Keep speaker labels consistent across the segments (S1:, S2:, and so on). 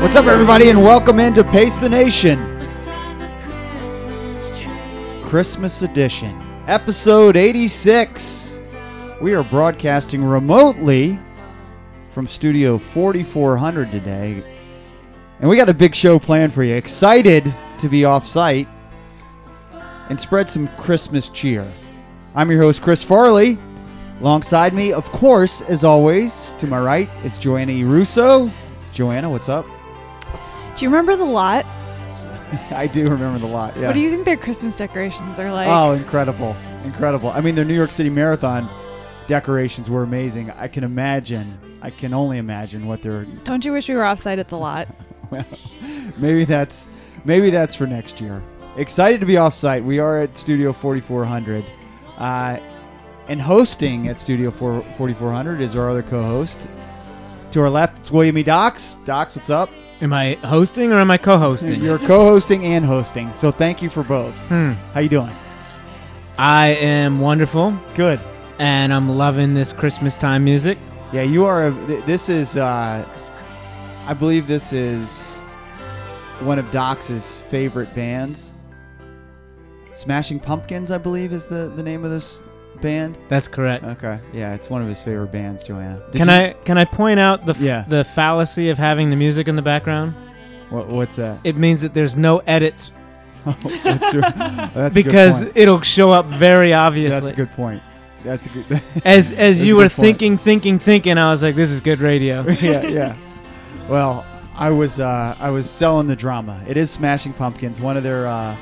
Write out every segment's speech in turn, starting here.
S1: What's up, everybody, and welcome into Pace the Nation Christmas Edition, episode 86. We are broadcasting remotely from Studio 4400 today, and we got a big show planned for you. Excited to be off site and spread some Christmas cheer. I'm your host, Chris Farley. Alongside me, of course, as always, to my right, it's Joanna E. Russo. Joanna, what's up?
S2: Do you remember the lot?
S1: I do remember the lot. Yes.
S2: What do you think their Christmas decorations are like?
S1: Oh, incredible. Incredible. I mean, their New York City Marathon decorations were amazing. I can imagine. I can only imagine what they're
S2: Don't you wish we were offsite at the lot?
S1: well, maybe that's maybe that's for next year. Excited to be offsite. We are at Studio 4400, uh, and hosting at Studio 4, 4400 is our other co-host. To our left, it's William E. Docs. Docs, what's up?
S3: Am I hosting or am I co-hosting?
S1: You're co-hosting and hosting, so thank you for both.
S3: Hmm.
S1: How you doing?
S3: I am wonderful,
S1: Good.
S3: and I'm loving this Christmas time music.
S1: Yeah, you are. a- th- This is. Uh, I believe this is one of Doc's favorite bands. Smashing Pumpkins, I believe, is the, the name of this band.
S3: That's correct.
S1: Okay. Yeah, it's one of his favorite bands, Joanna. Uh, Did
S3: can
S1: you-
S3: I can I point out the f-
S1: Yeah.
S3: the fallacy of having the music in the background?
S1: What, what's that?
S3: It means that there's no edits
S1: that's true. That's a good
S3: because
S1: point.
S3: it'll show up very obviously.
S1: that's a good point. That's a good.
S3: As as
S1: That's a
S3: you were
S1: good point.
S3: thinking, thinking, thinking, I was like, this is good radio.
S1: yeah, yeah. Well, I was uh, I was selling the drama. It is Smashing Pumpkins, one of their uh,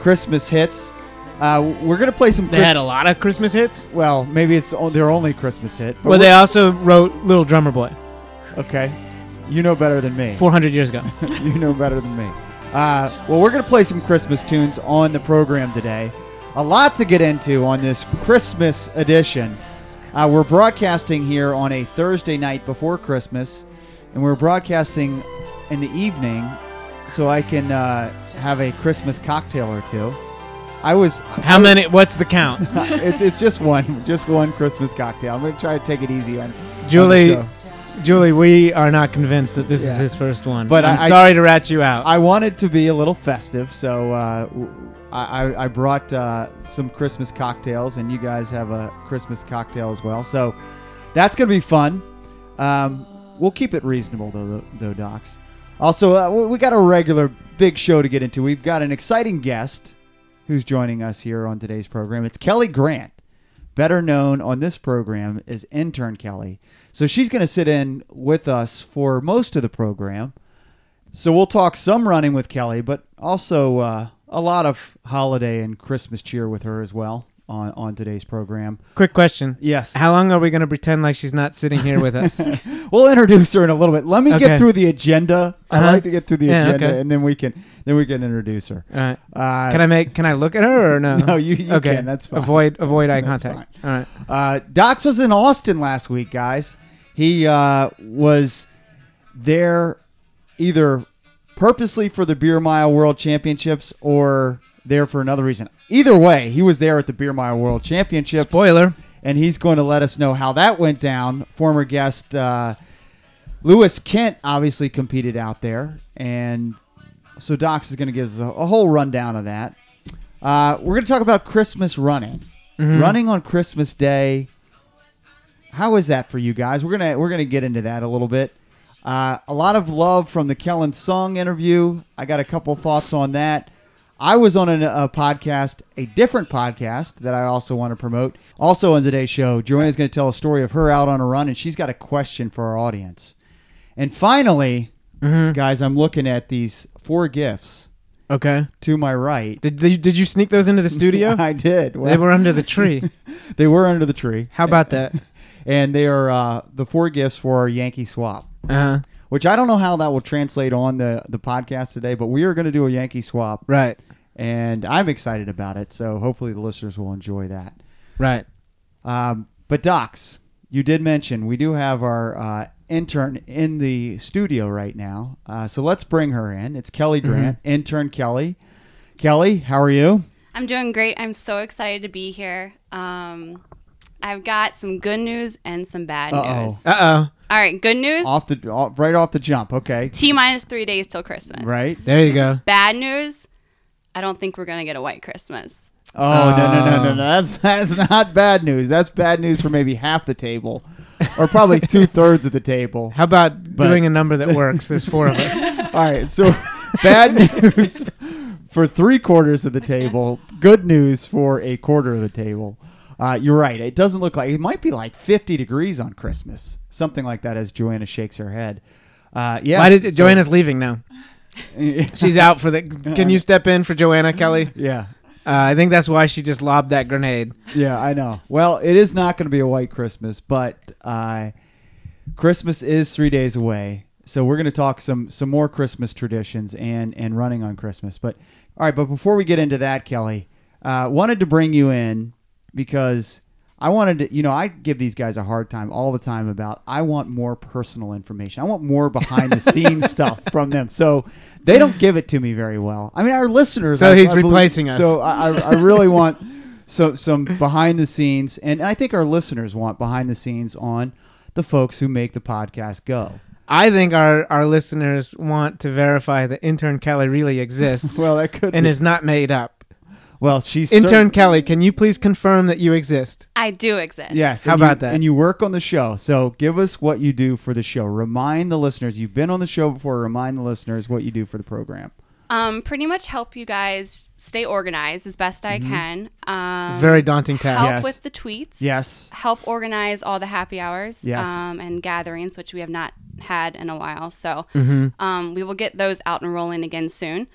S1: Christmas hits. Uh, we're gonna play some.
S3: They
S1: Chris-
S3: had a lot of Christmas hits.
S1: Well, maybe it's o- their only Christmas hit.
S3: Well, they
S1: we're-
S3: also wrote Little Drummer Boy
S1: okay. You know better than me.
S3: 400 years ago.
S1: you know better than me. Uh, well, we're gonna play some Christmas tunes on the program today. A lot to get into on this Christmas edition. Uh, we're broadcasting here on a Thursday night before Christmas, and we're broadcasting in the evening, so I can uh, have a Christmas cocktail or two. I was
S3: How many? What's the count?
S1: it's it's just one, just one Christmas cocktail. I'm gonna try to take it easy on on
S3: Julie,
S1: the show.
S3: Julie, we are not convinced that this is
S1: Yeah.
S3: his first one.
S1: But
S3: But I'm
S1: I- I-
S3: sorry to rat you out.
S1: I wanted to be a little festive, so uh, w- I, I- I brought uh, some Christmas cocktails, and you guys have a Christmas cocktail as well. So that's going to be fun. Um, we'll keep it reasonable, though, though Docs. Also, uh, we- we got a regular big show to get into. We've got an exciting guest who's joining us here on today's program. It's Kelly Grant, better known on this program as Intern Kelly. So she's going to sit in with us for most of the program. So we'll talk some running with Kelly, but also uh, a lot of holiday and Christmas cheer with her as well on, on today's program.
S3: Quick question.
S1: Yes.
S3: How long are we going to pretend like she's not sitting here with us?
S1: we'll introduce her in a little bit. Let me
S3: Okay.
S1: get through the agenda. I
S3: Uh-huh.
S1: like to get through the
S3: Yeah,
S1: agenda,
S3: okay. Uh-huh.
S1: and then we can then we can introduce her.
S3: All right.
S1: Uh,
S3: Can I make? Can I look at her or no?
S1: No, you- you
S3: okay.
S1: can. That's fine.
S3: Avoid avoid eye
S1: That's
S3: contact. All right.
S1: Uh, Docs was in Austin last week, guys. He uh, was there either purposely for the Beer Mile World Championships or there for another reason. Either way, he was there at the Beer Mile World Championship,
S3: Spoiler.
S1: and he's going to let us know how that went down. Former guest uh, Lewis Kent obviously competed out there, and so Docs is going to give us a, a whole rundown of that. Uh, we're going to talk about Christmas running, running on Christmas Day. How is that for you guys? We're gonna we're gonna get into that a little bit. Uh, a lot of love from the Kellen Sung interview. I got a couple thoughts on that. I was on an, a podcast, a different podcast that I also want to promote. Also on today's show, Joanna's going to tell a story of her out on a run, and she's got a question for our audience. And finally,
S3: Mm-hmm.
S1: guys, I'm looking at these four gifts
S3: Okay.
S1: to my right.
S3: Did did you, did you sneak those into the studio?
S1: I did. Well,
S3: they were under the tree.
S1: they were under the tree,
S3: How about that?
S1: and they are uh, the four gifts for our Yankee swap.
S3: Uh huh.
S1: Which I don't know how that will translate on the the podcast today, but we are going to do a Yankee swap,
S3: Right.
S1: and I'm excited about it. So hopefully the listeners will enjoy that.
S3: Right.
S1: Um, but Docs, you did mention we do have our uh, intern in the studio right now, uh, so let's bring her in. It's Kelly Grant, intern Kelly. Kelly, how are you?
S4: I'm doing great. I'm so excited to be here. Um, I've got some good news and some bad
S1: Uh-oh.
S4: news.
S3: Uh oh.
S4: All right, good news.
S1: off the off, right off the jump. Okay,
S4: T minus three days till Christmas.
S1: right.
S3: There you go.
S4: Bad news. I don't think we're gonna get a white Christmas.
S1: Oh no no no no no! That's that's not bad news. That's bad news for maybe half the table, or probably two thirds of the table.
S3: How about doing a number that works? There's four of us.
S1: All right, so bad news for three quarters of the table. Good news for a quarter of the table. Uh, you're right. It doesn't look like it might be like 50 degrees on Christmas, something like that. As Joanna shakes her head. Uh, yes,
S3: Why did
S1: so-
S3: Joanna's leaving now? She's out for the. Can you step in for Joanna Kelly?
S1: yeah,
S3: Uh, I think that's why she just lobbed that grenade.
S1: yeah, I know. Well, it is not going to be a white Christmas, but uh, Christmas is three days away, so we're going to talk some some more Christmas traditions and and running on Christmas. But all right, but before we get into that, Kelly, uh, wanted to bring you in because I wanted to, you know, I give these guys a hard time all the time about I want more personal information. I want more behind the scenes stuff from them, so they don't give it to me very well. I mean, our listeners.
S3: So
S1: I-
S3: he's
S1: I believe-
S3: replacing us.
S1: So I, I I really want so, some behind the scenes, and I think our listeners want behind the scenes on the folks who make the podcast go.
S3: I think our, our listeners want to verify that intern Kelly really exists
S1: Well, that could
S3: and
S1: be.
S3: is not made up.
S1: well, she's
S3: Intern Kelly, can you please confirm that you exist?
S4: I do exist.
S1: Yes.
S3: How
S1: and you-
S3: about that?
S1: And you work on the show, so give us what you do for the show. Remind the listeners you've been on the show before. Remind the listeners what you do for the program.
S4: Um, pretty much help you guys stay organized as best
S1: Mm-hmm.
S4: I can. Um,
S3: Very daunting
S4: help
S3: task.
S1: Yes.
S4: with the tweets.
S1: Yes.
S4: Help organize all the happy hours.
S1: Yes.
S4: Um, and gatherings, which we have not had in a while. So,
S1: Mm-hmm.
S4: um, we will get those out and rolling again soon.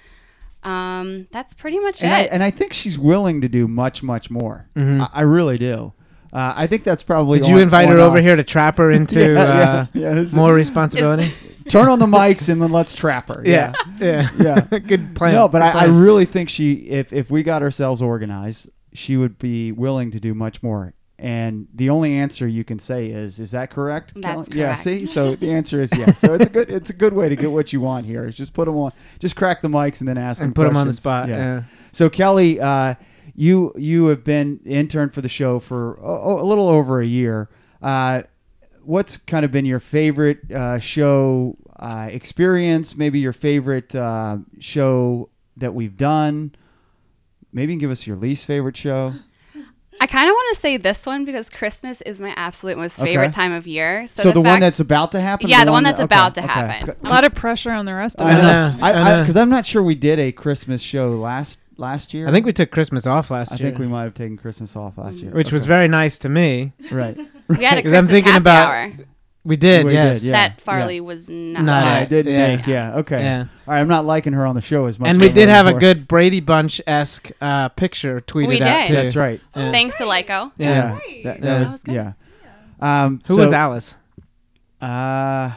S4: Um, that's pretty much
S1: And
S4: it.
S1: I, and I think she's willing to do much, much more. I, I really do. Uh, I think that's probably.
S3: Mm-hmm. Did you
S1: on-
S3: invite
S1: on
S3: her over
S1: us.
S3: here to trap her into
S1: Yeah, yeah,
S3: uh,
S1: yeah, this is-
S3: more responsibility?
S1: turn on the mics and then let's trap her?
S3: Yeah. Yeah.
S1: Yeah.
S3: Good plan.
S1: No, but
S3: Good
S1: I, I
S3: plan.
S1: really think she, if if we got ourselves organized, she would be willing to do much more. And the only answer you can say is, is that correct?
S4: That's
S1: Kelly? Yeah.
S4: correct.
S1: See, so the answer is yes. So it's a good it's a good way to get what you want here. Is just put them on, just crack the mics and then ask
S3: And
S1: them
S3: put 'em on the
S1: questions.
S3: spot, yeah.
S1: So Kelly, uh, you you have been intern for the show for a, a little over a year. Uh, what's kind of been your favorite uh, show uh, experience? Maybe your favorite uh, show that we've done. Maybe you can give us your least favorite show.
S4: I kind of want to say this one because Christmas is my absolute most favorite
S1: Okay.
S4: time of year. So,
S1: So, the, one
S4: fact-
S1: that's about to happen. or
S4: Yeah, the one that's
S1: that- okay,
S4: about to
S1: okay.
S4: happen.
S2: A lot of pressure on the rest of
S1: I
S2: us.
S1: know.
S3: I know.
S1: I because I'm not sure we did a Christmas show last last year.
S3: I think we took Christmas off last
S1: I
S3: year,
S1: think we might have taken Christmas off last
S4: Mm.
S1: year,
S3: which was
S1: Okay.
S3: very nice to me.
S1: right.
S4: we had a
S3: 'Cause
S4: Christmas
S3: I'm thinking
S4: happy
S3: about-
S4: hour
S3: We did,
S1: We
S3: yes.
S1: did, yeah.
S4: that Farley was not.
S3: Not
S1: Yeah,
S4: at.
S1: I didn't
S3: Yeah.
S1: think. Yeah. Okay.
S3: Yeah.
S1: All right. I'm not liking her on the show as much.
S3: And
S1: as
S3: we
S1: I
S3: did
S1: was
S3: have a
S1: before.
S3: good Brady Bunch esque uh, picture tweeted
S4: We
S3: out
S4: did.
S3: too.
S1: That's right.
S3: Yeah.
S4: Thanks, Aleko.
S3: Yeah.
S1: Yeah. That, that
S3: Yeah.
S1: was,
S4: That was good.
S1: yeah. Um,
S3: Who
S1: so,
S3: was Alice?
S1: Uh,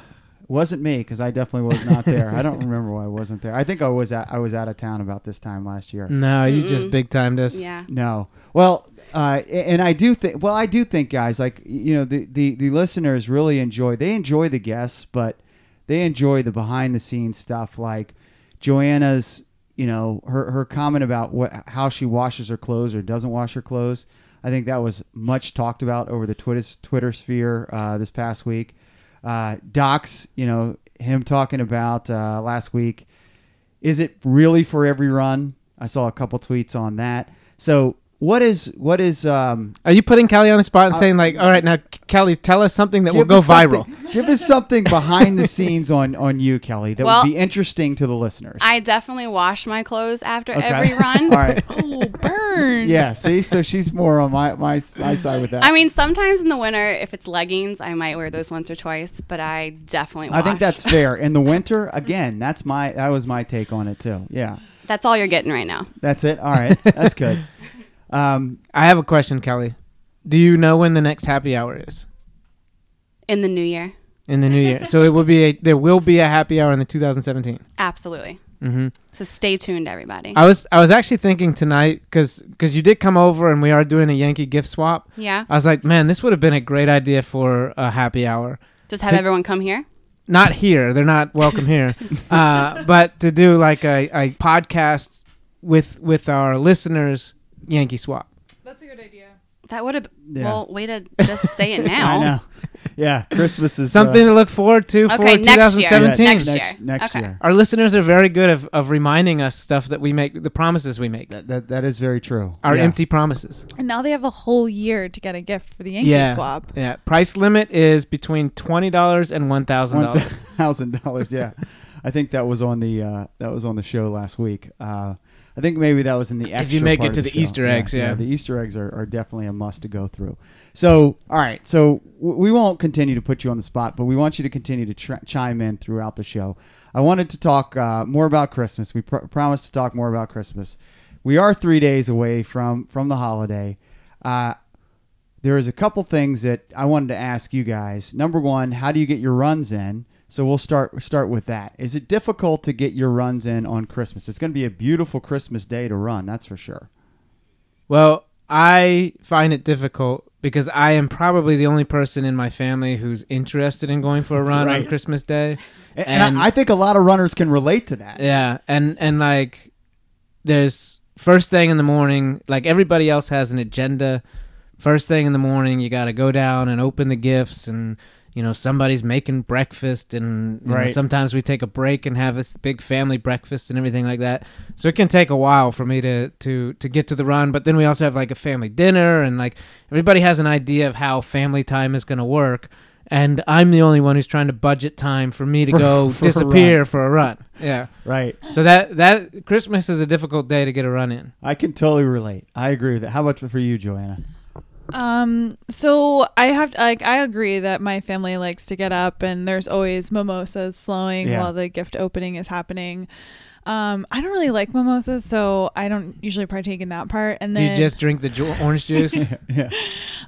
S1: wasn't me because I definitely was not there. I don't remember why I wasn't there. I think I was out, I was out of town about this time last year.
S3: No, you just big timed us.
S4: Yeah.
S1: No. Well, uh, a- and I do think. Well, I do think, guys. Like you know, the the the listeners really enjoy. They enjoy the guests, but they enjoy the behind the scenes stuff. Like Joanna's, you know, her her comment about what how she washes her clothes or doesn't wash her clothes. I think that was much talked about over the Twitter Twitter sphere uh, this past week. Uh, Doc's, you know, him talking about uh, last week is it really for every run? I saw a couple tweets on that. So what is what is um
S3: Are you putting Kelly on the spot and saying like, "All right, now K- Kelly, tell us something that will
S1: give
S3: go
S1: us something-
S3: viral"?
S1: Give us something behind the scenes on on you, Kelly, that
S4: Well-
S1: would be interesting to the listeners.
S4: I definitely wash my clothes after
S1: Okay.
S4: every run.
S1: All right.
S2: Oh, burn.
S1: Yeah, see, so she's more on my my, my side with that.
S4: I mean, sometimes in the winter, if it's leggings, I might wear those once or twice, but I definitely wash.
S1: I think that's fair. In the winter, again, that's my that was my take on it too. Yeah.
S4: that's all you're getting right now.
S1: That's it. All right. That's good. Um
S3: I have a question, Kelly. Do you know when the next happy hour is
S4: In the new year,
S3: in the new year? so it will be a there will be a happy hour in the 2017.
S4: absolutely.
S1: Mm-hmm.
S3: Mhm.
S4: So stay tuned,
S1: Uh,
S4: everybody.
S3: I was I was actually thinking tonight because you did come over and we are doing a Yankee gift swap.
S4: yeah.
S1: uh,
S3: I was like, man, this would have been a great idea for a happy hour.
S4: Just have
S3: to-
S4: everyone come here.
S3: Not here; they're not welcome here. uh, but to do like a, a podcast with with our listeners, Yankee swap.
S2: That's a good idea.
S4: That would have
S1: Yeah.
S4: well, way to just say it now.
S1: I know. Yeah, Christmas is uh,
S3: Something to look forward to for
S4: Okay, next year.
S3: 2017.
S1: yeah,
S4: Next year.
S1: Next
S4: Okay.
S1: year.
S3: Our listeners are very good of, of reminding us stuff that we make, the promises we make,
S1: That, that that is very true.
S3: our
S1: Yeah.
S3: empty promises.
S2: And now they have a whole year to get a gift for the Yankee
S3: yeah.
S2: swap.
S3: Yeah. Price limit is between twenty dollars and one thousand
S1: one
S3: dollars.
S1: thousand dollars. Yeah, I think that was on the uh, that was on the show last week. Uh, I think maybe that was in the extra
S3: you make
S1: part
S3: it to
S1: of
S3: the Easter eggs, yeah.
S1: the Easter eggs are, are definitely a must to go through. So, all right, so w- we won't continue to put you on the spot, but we want you to continue to tr- chime in throughout the show. I wanted to talk uh, more about Christmas. We pr- promised to talk more about Christmas. We are three days away from from the holiday. Uh, there is a couple things that I wanted to ask you guys. Number one, how do you get your runs in? So we'll start start with that. Is it difficult to get your runs in on Christmas? It's going to be a beautiful Christmas day to run, that's for sure.
S3: Well, I find it difficult because I am probably the only person in my family who's interested in going for a run on
S1: Right.
S3: Christmas Day.
S1: And, and I, I think a lot of runners can relate to that.
S3: Yeah, and and like there's first thing in the morning, like everybody else has an agenda. First thing in the morning, you got to go down and open the gifts and you know somebody's making breakfast and you know,
S1: Right.
S3: sometimes we take a break and have this big family breakfast and everything like that. So it can take a while for me to to to get to the run, but then we also have like a family dinner and like everybody has an idea of how family time is going to work. And I'm the only one who's trying to budget time for me to
S1: For-
S3: go
S1: for a run.
S3: disappear for a run. Yeah.
S1: Right.
S3: So that that Christmas is a difficult day to get a run in.
S1: I can totally relate. I agree with that. How about for you, Joanna?
S2: Um, so I have like I agree that my family likes to get up and there's always mimosas flowing
S1: Yeah.
S2: while the gift opening is happening. Um, I don't really like mimosas, so I don't usually partake in that part. And
S3: Do
S2: then
S3: you just drink the ju- orange juice?
S1: yeah.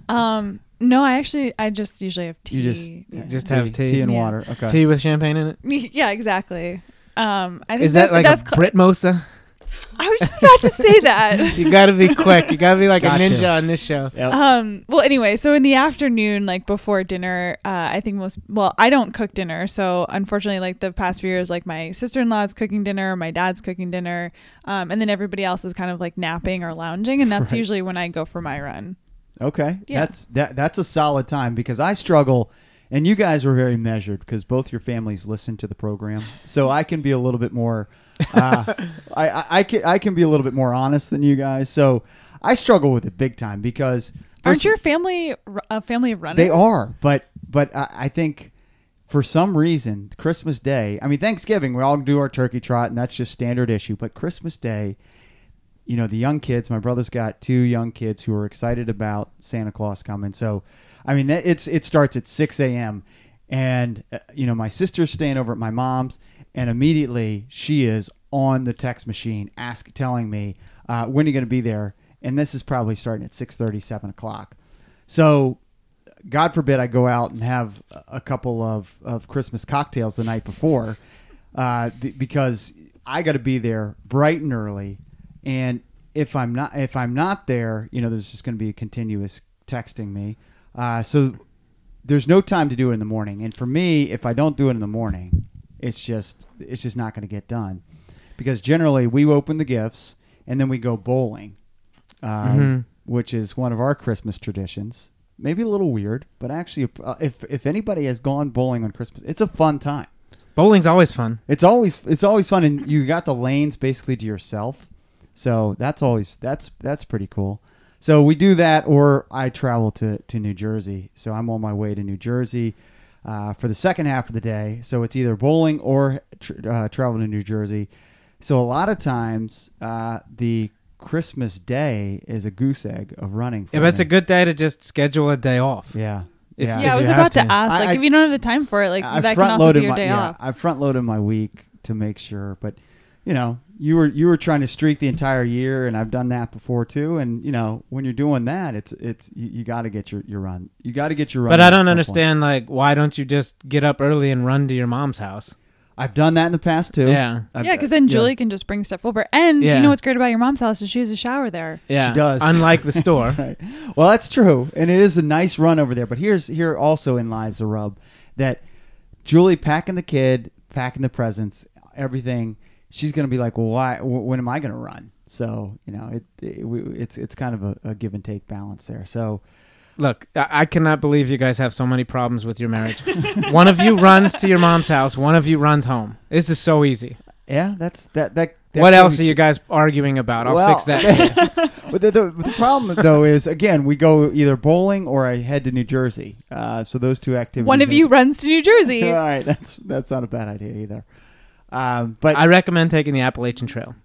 S2: um, no, I actually I just usually have tea.
S1: You just-
S2: yeah.
S3: Just have tea.
S1: Tea and
S2: Yeah.
S1: water. Okay.
S3: Tea with champagne in it.
S2: yeah, exactly. Um, I think
S3: Is that like
S2: that's
S3: a
S2: cl-
S3: Britmosa?
S2: I was just about to say that.
S3: You gotta be quick. You gotta be like
S1: Gotcha.
S3: a ninja on this show.
S1: Yep.
S2: Um. Well, anyway, so in the afternoon, like before dinner, uh, I think most. Well, I don't cook dinner, so unfortunately, like the past few years, like my sister in law's cooking dinner, my dad's cooking dinner, um, and then everybody else is kind of like napping or lounging, and that's
S1: Right.
S2: usually when I go for my run.
S1: Okay,
S2: Yeah.
S1: that's that. That's a solid time because I struggle, and you guys were very measured because both your families listen to the program, so I can be a little bit more. Uh, I, I, I can I can be a little bit more honest than you guys, so I struggle with it big time because
S2: Aren't your family r- a family of runners?
S1: they are, but but I, I think for some reason Christmas Day. I mean Thanksgiving, we all do our turkey trot, and that's just standard issue. But Christmas Day, you know, the young kids. My brother's got two young kids who are excited about Santa Claus coming. So, I mean, that- it's it starts at six a.m. And uh, you know, my sister's staying over at my mom's, and immediately she is on the text machine, ask telling me uh, when are you going to be there. And this is probably starting at 6:30, 7 o'clock. So God forbid I go out and have a couple of, of Christmas cocktails the night before uh, b- because I got to be there bright and early. And if I'm not if I'm not there, you know, there's just going to be a continuous texting me. Uh, so there's no time to do it in the morning. And for me, if I don't do it in the morning, it's just it's just not going to get done because generally we open the gifts and then we go bowling um, which is one of our Christmas traditions. Maybe a little weird, but actually, uh, if if anybody has gone bowling on Christmas, it's a fun time.
S3: Bowling's always fun.
S1: It's always it's always fun, and you got the lanes basically to yourself, so that's always that's that's pretty cool. So we do that, or I travel to to New Jersey, so I'm on my way to New Jersey. Uh, for the second half of the day, so it's either bowling or tr- uh, travel to New Jersey. So a lot of times, uh, the Christmas day is a goose egg of running. For
S3: Yeah, but it's
S1: me.
S3: a good day to just schedule a day off.
S1: Yeah.
S3: If-
S1: yeah.
S2: Yeah, I
S3: if
S2: was
S3: you have
S2: about to,
S3: to.
S2: ask,
S1: I-
S2: like,
S1: I-
S2: if you don't have the time for it, like
S1: I
S2: that can
S1: front
S2: also be
S1: loaded
S2: your
S1: my
S2: day
S1: yeah,
S2: off.
S1: I front loaded my week to make sure, but you know, you were you were trying to streak the entire year, and I've done that before too. And you know, when you're doing that, it's it's you, you got to get your your run. You got to get your run.
S3: But
S1: in
S3: I
S1: at
S3: don't
S1: some point.
S3: understand like why don't you just get up early and run to your mom's house?
S1: I've done that in the past too.
S3: Yeah.
S1: I've-
S2: yeah, because then
S1: yeah.
S2: Julie can just bring stuff over, and
S3: Yeah.
S2: you know what's great about your mom's house is she has a shower there.
S3: Yeah.
S1: does.
S3: Unlike the store.
S1: Right. Well, that's true, and it is a nice run over there. But here's here also in lies the rub that Julie packing the kid, packing the presents, everything. She's gonna be like, well, why? wh- When am I gonna run? So you know, it, it we- it's it's kind of a, a give and take balance there. So
S3: Look, I I cannot believe you guys have so many problems with your marriage. one of you runs to your mom's house, one of you runs home. This is so easy.
S1: yeah, that's that that. that
S3: what
S1: can
S3: else
S1: be
S3: are you guys arguing about? I'll
S1: Well,
S3: fix that.
S1: but the, the, the problem though is again we go either bowling or I head to New Jersey. Uh, so those two activities.
S2: One of you runs to New Jersey.
S1: All right, that's that's not a bad idea either. Um, but
S3: I recommend taking the Appalachian Trail.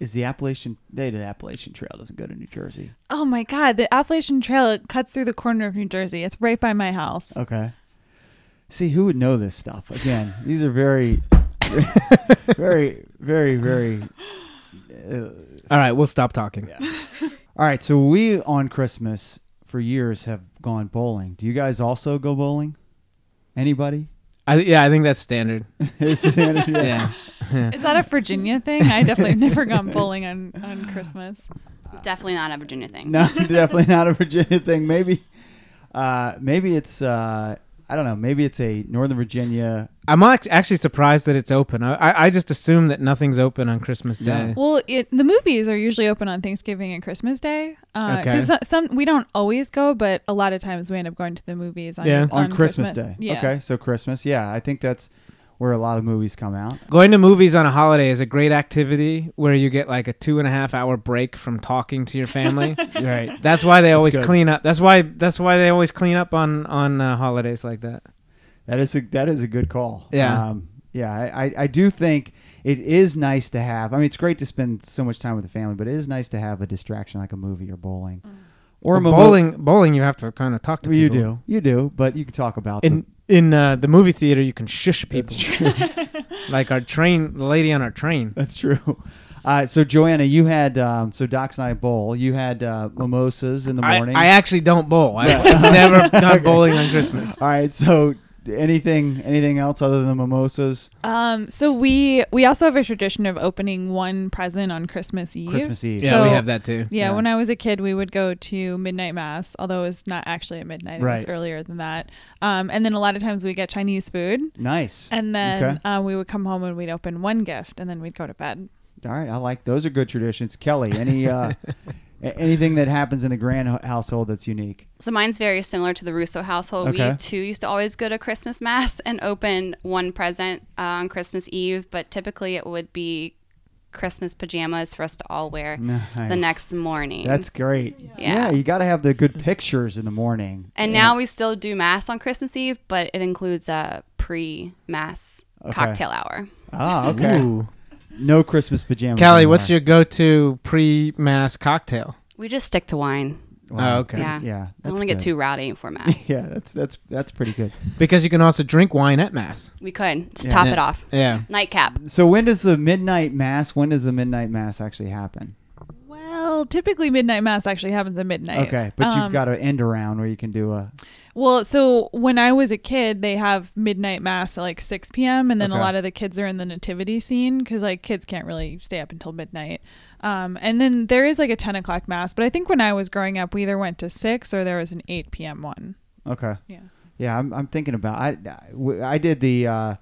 S1: is the Appalachian Day to the Appalachian Trail doesn't go to New Jersey?
S2: Oh my God, the Appalachian Trail it cuts through the corner of New Jersey. It's right by my house.
S1: Okay. See who would know this stuff again. These are very, very, very, very.
S3: All right, we'll stop talking.
S1: All right, so we on Christmas for years have gone bowling. Do you guys also go bowling? Anybody?
S3: I, yeah, I think that's standard.
S1: yeah.
S3: Yeah.
S2: Is that a Virginia thing? I definitely never gone bowling on, on Christmas.
S4: Definitely not a Virginia thing.
S1: No, definitely not a Virginia thing. Maybe, uh, maybe it's uh, I don't know. Maybe it's a Northern Virginia.
S3: I'm ac- actually surprised that it's open. I, I, I just assume that nothing's open on Christmas
S1: Yeah.
S3: Day.
S2: Well, it, the movies are usually open on Thanksgiving and Christmas Day. Uh,
S3: Okay.
S2: 'cause so- some we don't always go, but a lot of times we end up going to the movies on
S3: Yeah.
S1: on, Christmas, Day.
S2: Yeah.
S1: Okay, so Christmas. Yeah, I think that's where a lot of movies come out.
S3: Going to movies on a holiday is a great activity where you get like a two and a half hour break from talking to your family.
S1: Right.
S3: That's why they always
S1: good.
S3: clean up. That's why that's why they always clean up on on uh, holidays like that.
S1: That is a that is a good call.
S3: Yeah.
S1: Um, yeah, I, I, I do think it is nice to have. I mean, it's great to spend so much time with the family, but it is nice to have a distraction like a movie or bowling, or a
S3: Well,
S1: mo-
S3: bowling, bowling, you have to kind of talk to
S1: Well, you
S3: people.
S1: do, you do, but you can talk about
S3: In in uh, the movie theater, you can shush people. like our train, the lady on our train.
S1: That's true. Uh, so Joanna, you had um, so Docs and I bowl. You had uh, mimosas in the
S3: I,
S1: morning.
S3: I actually don't bowl. I've never gone bowling on Christmas.
S1: All right. So anything anything else other than mimosas?
S2: Um, so we we also have a tradition of opening one present on Christmas Eve.
S1: Christmas Eve.
S3: Yeah,
S2: So-
S3: we have that too.
S2: Yeah,
S1: Yeah.
S2: when I was a kid, we would go to midnight mass, although it was not actually at midnight; it was
S1: Right.
S2: earlier than that. Um, and then a lot of times we get Chinese food,
S1: Nice.
S2: and then
S1: Okay.
S2: uh, we would come home and we'd open one gift, and then we'd go to bed.
S1: All right. I like those are good traditions. Kelly, any uh, a- anything that happens in the grand ho- household that's unique?
S4: So mine's very similar to the Russo household.
S1: Okay.
S4: We too used to always go to Christmas mass and open one present uh, on Christmas Eve, but typically it would be Christmas pajamas for us to all wear
S1: Nice.
S4: the next morning.
S1: That's great.
S4: Yeah.
S1: you got to have the good pictures in the morning.
S4: and now we still do mass on Christmas Eve, but it includes a pre-mass
S1: Okay.
S4: cocktail hour.
S1: Ah, okay.
S3: Ooh.
S1: No Christmas pajamas.
S3: Callie, what's
S1: anymore.
S3: your go-to pre-mass cocktail?
S4: We just stick to wine.
S1: Wow.
S3: Oh, okay.
S4: Yeah.
S1: Yeah,
S4: I
S1: that's
S4: don't want to
S1: good.
S4: get too rowdy for mass.
S1: Yeah, that's that's that's pretty good.
S3: Because you can also drink wine at mass.
S4: we could just top
S3: Yeah.
S4: it off.
S3: Yeah.
S4: Nightcap.
S1: So when does the midnight mass? When does the midnight mass actually happen?
S2: Well, typically midnight mass actually happens at midnight.
S1: Okay, but
S2: Um,
S1: you've got an end around where you can do a.
S2: Well, so when I was a kid, they have midnight mass at like 6 p.m. And then a
S1: Okay.
S2: lot of the kids are in the nativity scene because like kids can't really stay up until midnight. Um, and then there is like a 10 o'clock mass. But I think when I was growing up, we either went to 6 or there was an 8 p.m. one.
S1: Okay,
S2: Yeah.
S1: yeah, I'm, I'm thinking about. I I w- I did the, uh,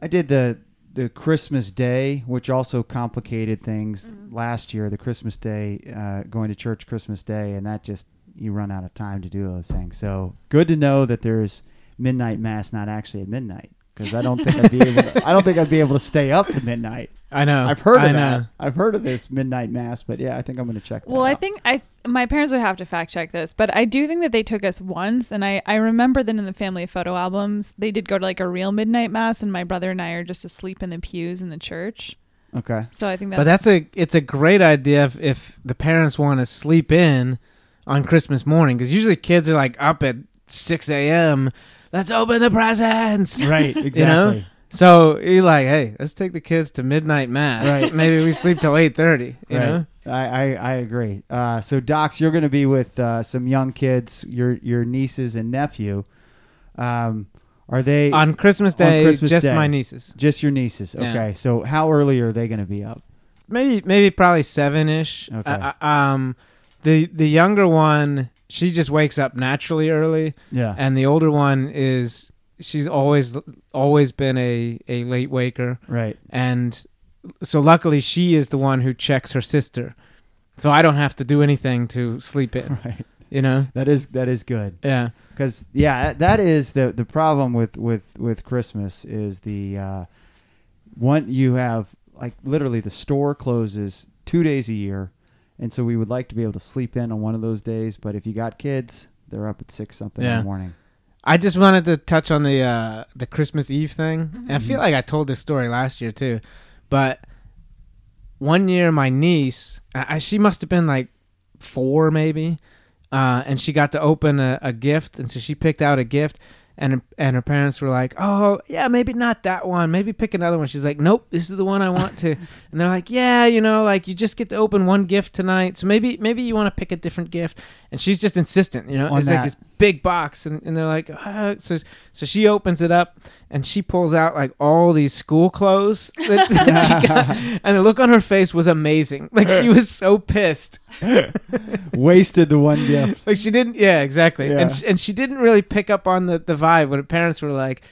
S1: I did the the Christmas Day, which also complicated things
S2: Mm-hmm.
S1: last year. The Christmas Day, uh, going to church Christmas Day, and that just you run out of time to do those things. So good to know that there's midnight mass, not actually at midnight, because I don't think I'd be able. To, I don't think I'd be able to stay up to midnight.
S3: I know.
S1: I've heard of
S3: Oh, I
S1: that.
S3: know.
S1: I've heard of this midnight mass, but yeah, I think I'm going to check. That
S2: Well, I
S1: out.
S2: think I my parents would have to fact check this, but I do think that they took us once, and I I remember that in the family photo albums they did go to like a real midnight mass, and my brother and I are just asleep in the pews in the church.
S1: okay.
S2: So I think that's
S3: But that's a it's a great idea if, if the parents want to sleep in on Christmas morning because usually kids are like up at six a.m. Let's open the presents.
S1: Right.
S3: You know. So you're like, hey, let's take the kids to midnight mass.
S1: Right.
S3: Maybe we sleep till eight thirty. You
S1: Right.
S3: know.
S1: I, I, I agree. Uh, so, Docs, you're going to be with uh, some young kids, your your nieces and nephew. Um, are they
S3: On Christmas Day,
S1: Christmas
S3: just
S1: Day.
S3: my nieces.
S1: just your nieces?
S3: Yeah.
S1: Okay. So, how early are they going to be up?
S3: Maybe maybe probably seven ish.
S1: Okay.
S3: Uh, uh, um, the the younger one, she just wakes up naturally early.
S1: Yeah.
S3: and the older one is she's always always been a a late waker
S1: right.
S3: and so luckily she is the one who checks her sister, so I don't have to do anything to sleep in.
S1: Right.
S3: You know?
S1: That is that is good.
S3: Yeah.
S1: because yeah that is the the problem with with with christmas is the uh one you have like literally the store closes two days a year and so we would like to be able to sleep in on one of those days but if you got kids they're up at six something in
S3: Yeah.
S1: the morning
S3: I just wanted to touch on the uh, the Christmas Eve thing. And I feel like I told this story last year too, but one year my niece, I, I- she must have been like four maybe, uh, and she got to open a, a gift, and so she picked out a gift, and and her parents were like, "Oh yeah, maybe not that one. Maybe pick another one." She's like, "Nope, this is the one I want to." and they're like, "Yeah, you know, like you just get to open one gift tonight, so maybe maybe you want to pick a different gift." And she's just insistent, you know,
S1: On
S3: it's
S1: that.
S3: like this big box, and, and they're like, "Ah." so so she opens it up, and she pulls out like all these school clothes that, that she got, and the look on her face was amazing. Like she was so pissed.
S1: wasted the one gift
S3: Like she didn't. Yeah, exactly.
S1: Yeah.
S3: And she, and she didn't really pick up on the the vibe when her parents were like.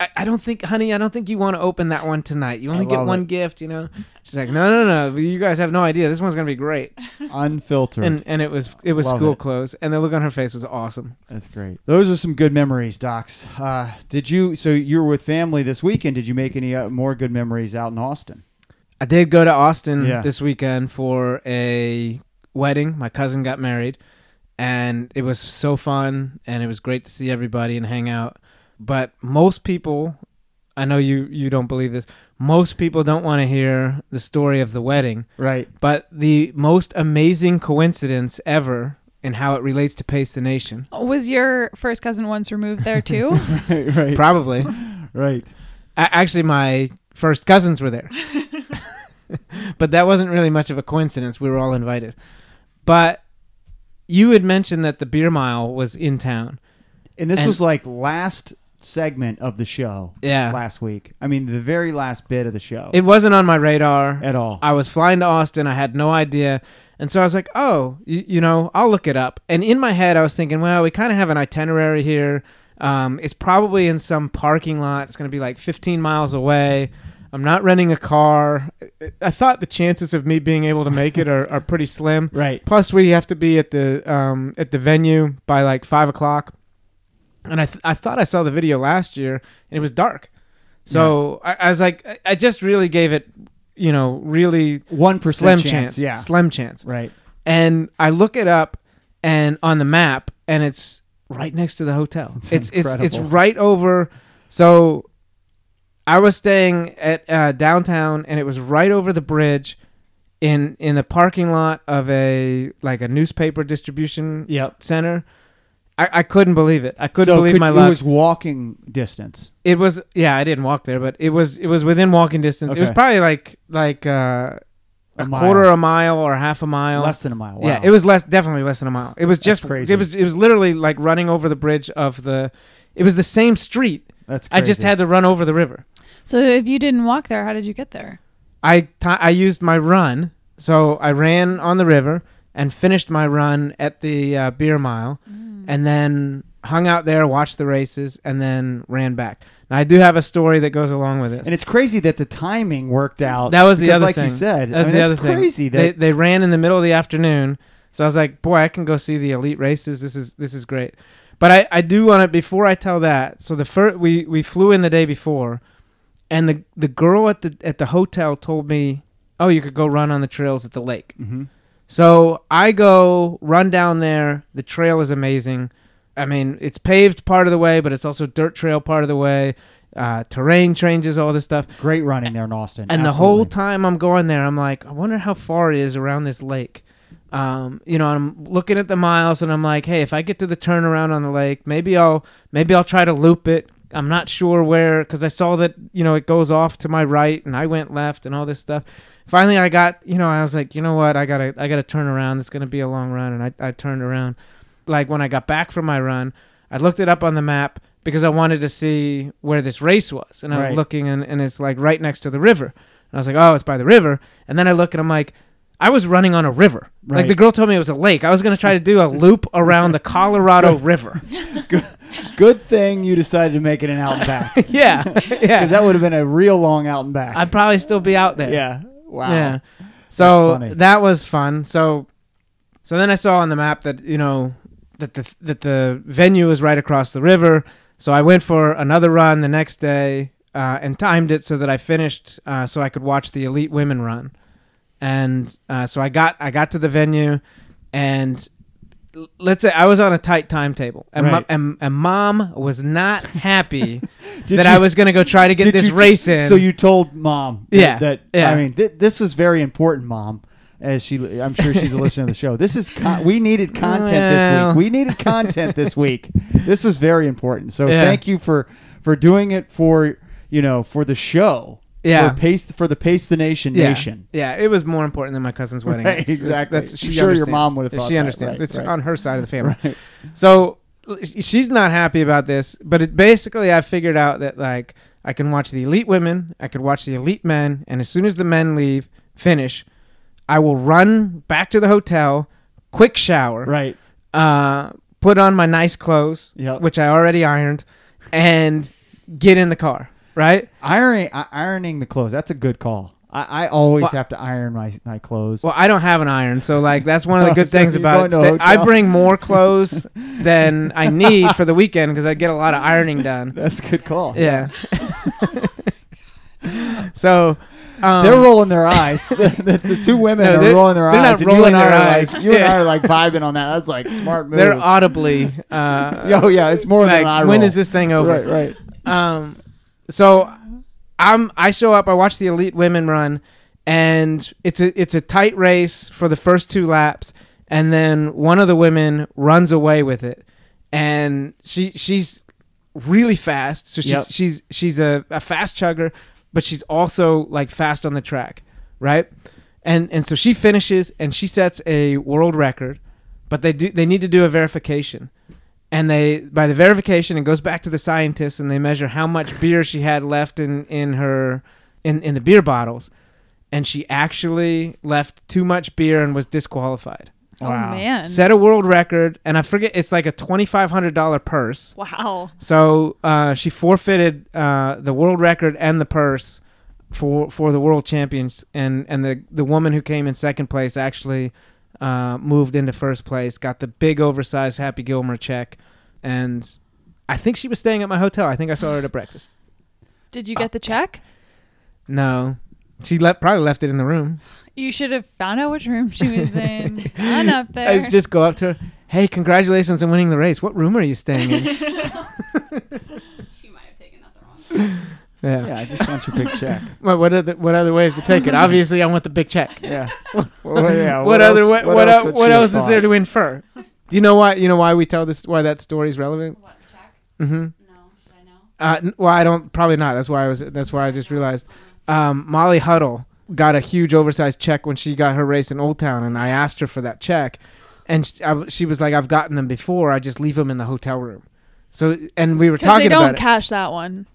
S3: I, I don't think, honey. I don't think you want to open that one tonight. You only get
S1: love
S3: one
S1: it.
S3: gift, you know. She's like, no, no, no. You guys have no idea. This one's gonna be great.
S1: unfiltered
S3: And and it was it was
S1: Love
S3: school
S1: it.
S3: clothes, and the look on her face was awesome.
S1: that's great those are some good memories docs uh did you so you were with family this weekend did you make any uh, more good memories out in austin
S3: I did go to Austin
S1: Yeah.
S3: this weekend for a wedding. My cousin got married, and it was so fun, and it was great to see everybody and hang out. But most people, I know you you don't believe this. Most people don't want to hear the story of the wedding,
S1: right
S3: but the most amazing coincidence ever in how it relates to Pace the Nation,
S2: Was your first cousin once removed there too?
S1: right right
S3: probably.
S1: right
S3: A- actually my first cousins were there but that wasn't really much of a coincidence we were all invited but you had mentioned that the beer mile was in town
S1: And this
S3: And-
S1: was like last segment of the show.
S3: Yeah.
S1: Last week. I mean, the very last bit of the show
S3: it wasn't on my radar
S1: at all.
S3: i was flying to austin i had no idea and so i was like oh you, you know i'll look it up and in my head i was thinking well we kind of have an itinerary here um, it's probably in some parking lot it's going to be like 15 miles away i'm not renting a car I- i thought the chances of me being able to make it are, are pretty slim
S1: right.
S3: Plus, we have to be at the um, at the venue by like five o'clock. And I th- I thought I saw the video last year, and it was dark. So I, I was like, I- I just really gave it, you know, really
S1: One percent
S3: slim
S1: chance.
S3: chance,
S1: Yeah.
S3: slim chance.
S1: Right.
S3: And I look it up, and on the map, and it's right next to the hotel. it's it's it's
S1: incredible.
S3: right over. So I was staying at uh, downtown, and it was right over the bridge, in in the parking lot of a like a newspaper distribution
S1: Yep.
S3: center. I, I couldn't believe it. I couldn't
S1: So
S3: believe
S1: could-
S3: my
S1: it
S3: luck.
S1: was walking distance.
S3: It was yeah, I didn't walk there, but it was it was within walking distance. It was
S1: Okay.
S3: probably like like uh,
S1: A
S3: a,
S1: mile.
S3: quarter of a mile or half a mile.
S1: Less than a mile.
S3: Yeah,
S1: Wow.
S3: it was less definitely less than a mile. It was just
S1: crazy.
S3: It was it was literally like running over the bridge of the. It was the same street.
S1: That's crazy.
S3: I just had to run over the river.
S2: so if you didn't walk there, how did you get there?
S3: I ti- I used my run, so I ran on the river and finished my run at the uh, beer mile, and then hung out there, watched the races, and then ran back. Now I do have a story that goes along with this.
S1: And it's crazy that the timing worked out.
S3: That was the
S1: Oh, because
S3: other
S1: like
S3: thing.
S1: you said.
S3: That's
S1: I mean,
S3: the
S1: that's
S3: other thing.
S1: crazy
S3: they,
S1: that
S3: they ran in the middle of the afternoon. So I was like, boy, I can go see the elite races. This is this is great. But I, I do want to before I tell that. So the first we we flew in the day before, and the the girl at the at the hotel told me, oh, you could go run on the trails at the lake.
S1: Mhm.
S3: So I go run down there. The trail is amazing. I mean, it's paved part of the way, but it's also dirt trail part of the way. Uh, terrain changes, all this stuff.
S1: great running there in Austin.
S3: And the whole
S1: Absolutely.
S3: time I'm going there, I'm like, I wonder how far it is around this lake. Um, you know, I'm looking at the miles, and I'm like, hey, if I get to the turnaround on the lake, maybe I'll maybe I'll try to loop it. I'm not sure where because I saw that you know it goes off to my right, and I went left, and all this stuff. Finally, I got you know I was like, you know what, I gotta I gotta turn around. It's gonna be a long run, and I I turned around. Like when I got back from my run, I looked it up on the map because I wanted to see where this race was, and I
S1: Right.
S3: was looking, and, and it's like right next to the river. And I was like, oh, it's by the river. And then I look and I'm like, I was running on a river. Like
S1: Right.
S3: the girl told me it was a lake. I was going to try to do a loop around the Colorado River.
S1: Good thing you decided to make it an out and back because
S3: Yeah. Yeah.
S1: that would have been a real long out and back.
S3: I'd probably still be out there.
S1: yeah. Wow.
S3: Yeah. So
S1: funny.
S3: that was fun. So so then I saw on the map that, you know, that the that the venue was right across the river. So I went for another run the next day uh, and timed it so that I finished uh, so I could watch the elite women run. And uh, so I got I got to the venue and l- let's say I was on a tight timetable and,
S1: Right.
S3: mo- and, and mom was not happy that
S1: Did
S3: I
S1: you-
S3: was going to go try to get
S1: Did
S3: this
S1: you-
S3: race in.
S1: So you told mom. that-
S3: Yeah,
S1: That,
S3: yeah.
S1: I mean, th- this was very important, mom. As she, I'm sure she's a listener of the show. This is con- we needed content
S3: Well.
S1: this week. We needed content this week. This was very important. So
S3: Yeah.
S1: thank you for for doing it for you know for the show.
S3: Yeah.
S1: For pace for the pace the nation
S3: yeah.
S1: nation.
S3: Yeah, it was more important than my cousin's wedding.
S1: Right,
S3: It's- it's-
S1: exactly.
S3: That's, she
S1: I'm sure your
S3: understands.
S1: mom would have thought
S3: She
S1: that,
S3: understands.
S1: right,
S3: it's
S1: right.
S3: on her side of the family. So l- she's not happy about this, but it, basically I figured out that like I can watch the elite women, I could watch the elite men, and as soon as the men leave, finish, I will run back to the hotel, quick shower,
S1: Right.
S3: uh, put on my nice clothes,
S1: Yep.
S3: which I already ironed, and get in the car. Right.
S1: Ironing i- ironing the clothes. That's a good call. I, I always
S3: Well-
S1: have to iron my my clothes.
S3: Well, I don't have an iron, so like that's one of the
S1: Oh,
S3: good
S1: so
S3: things
S1: you
S3: about.
S1: go into a
S3: Sta- I
S1: hotel.
S3: bring more clothes than I need for the weekend because I get a lot of ironing done.
S1: that's a good call.
S3: Yeah. so. Um,
S1: They're rolling their eyes. the, the- the two women
S3: No,
S1: are
S3: they're-
S1: rolling their
S3: they're not
S1: eyes. and you
S3: rolling
S1: and I
S3: their
S1: are
S3: eyes.
S1: Like, you and
S3: Yeah.
S1: I are like vibing on that. That's like smart move.
S3: they're audibly. Uh,
S1: Yo, yeah, it's more than an eye
S3: like,
S1: roll.
S3: when is this thing over?
S1: Right, right.
S3: um so i'm i show up i watch the elite women run and it's a it's a tight race for the first two laps and then one of the women runs away with it and she she's really fast so she's
S1: Yep.
S3: she's she's a, a fast chugger but she's also like fast on the track right and and so she finishes and she sets a world record but they do they need to do a verification and they by the verification it goes back to the scientists and they measure how much beer she had left in in her in in the beer bottles and she actually left too much beer and was disqualified
S2: Oh
S1: Wow.
S2: man.
S3: set a world record and i forget it's like a $2500 purse
S2: wow.
S3: so uh, she forfeited uh, the world record and the purse for for the world champions, and and the the woman who came in second place actually uh, moved into first place, got the big oversized Happy Gilmore check, and I think she was staying at my hotel. I think I saw her at a breakfast.
S2: Did you get the check?
S3: No, she left probably left it in the room.
S2: You should have found out which room she was in. On up
S3: I
S2: there.
S3: would just go up to her. Hey, congratulations on winning the race. What room are you staying in?
S4: She might have taken that the wrong.
S3: Yeah.
S1: Yeah, I just want your big check.
S3: What, what other what other ways to take it? Obviously, I want the big check.
S1: Yeah. Well, yeah,
S3: what, other
S1: Uh, else-
S3: what what, el-
S1: would
S3: what
S1: she have
S3: else is there
S1: thought?
S3: to infer? Do you know why you know why we tell this why that story is relevant?
S4: What check?
S3: Mm-hmm.
S4: No, should I know?
S3: Uh, n- well, I don't probably not. That's why I was. That's why I just realized. Um, Molly Huddle got a huge oversized check when she got her race in Old Town, and I asked her for that check, and she, I, w- she was like, "I've gotten them before. I just leave them in the hotel room." So, and we were
S2: Because
S3: talking
S2: they don't
S3: about
S2: cash that one.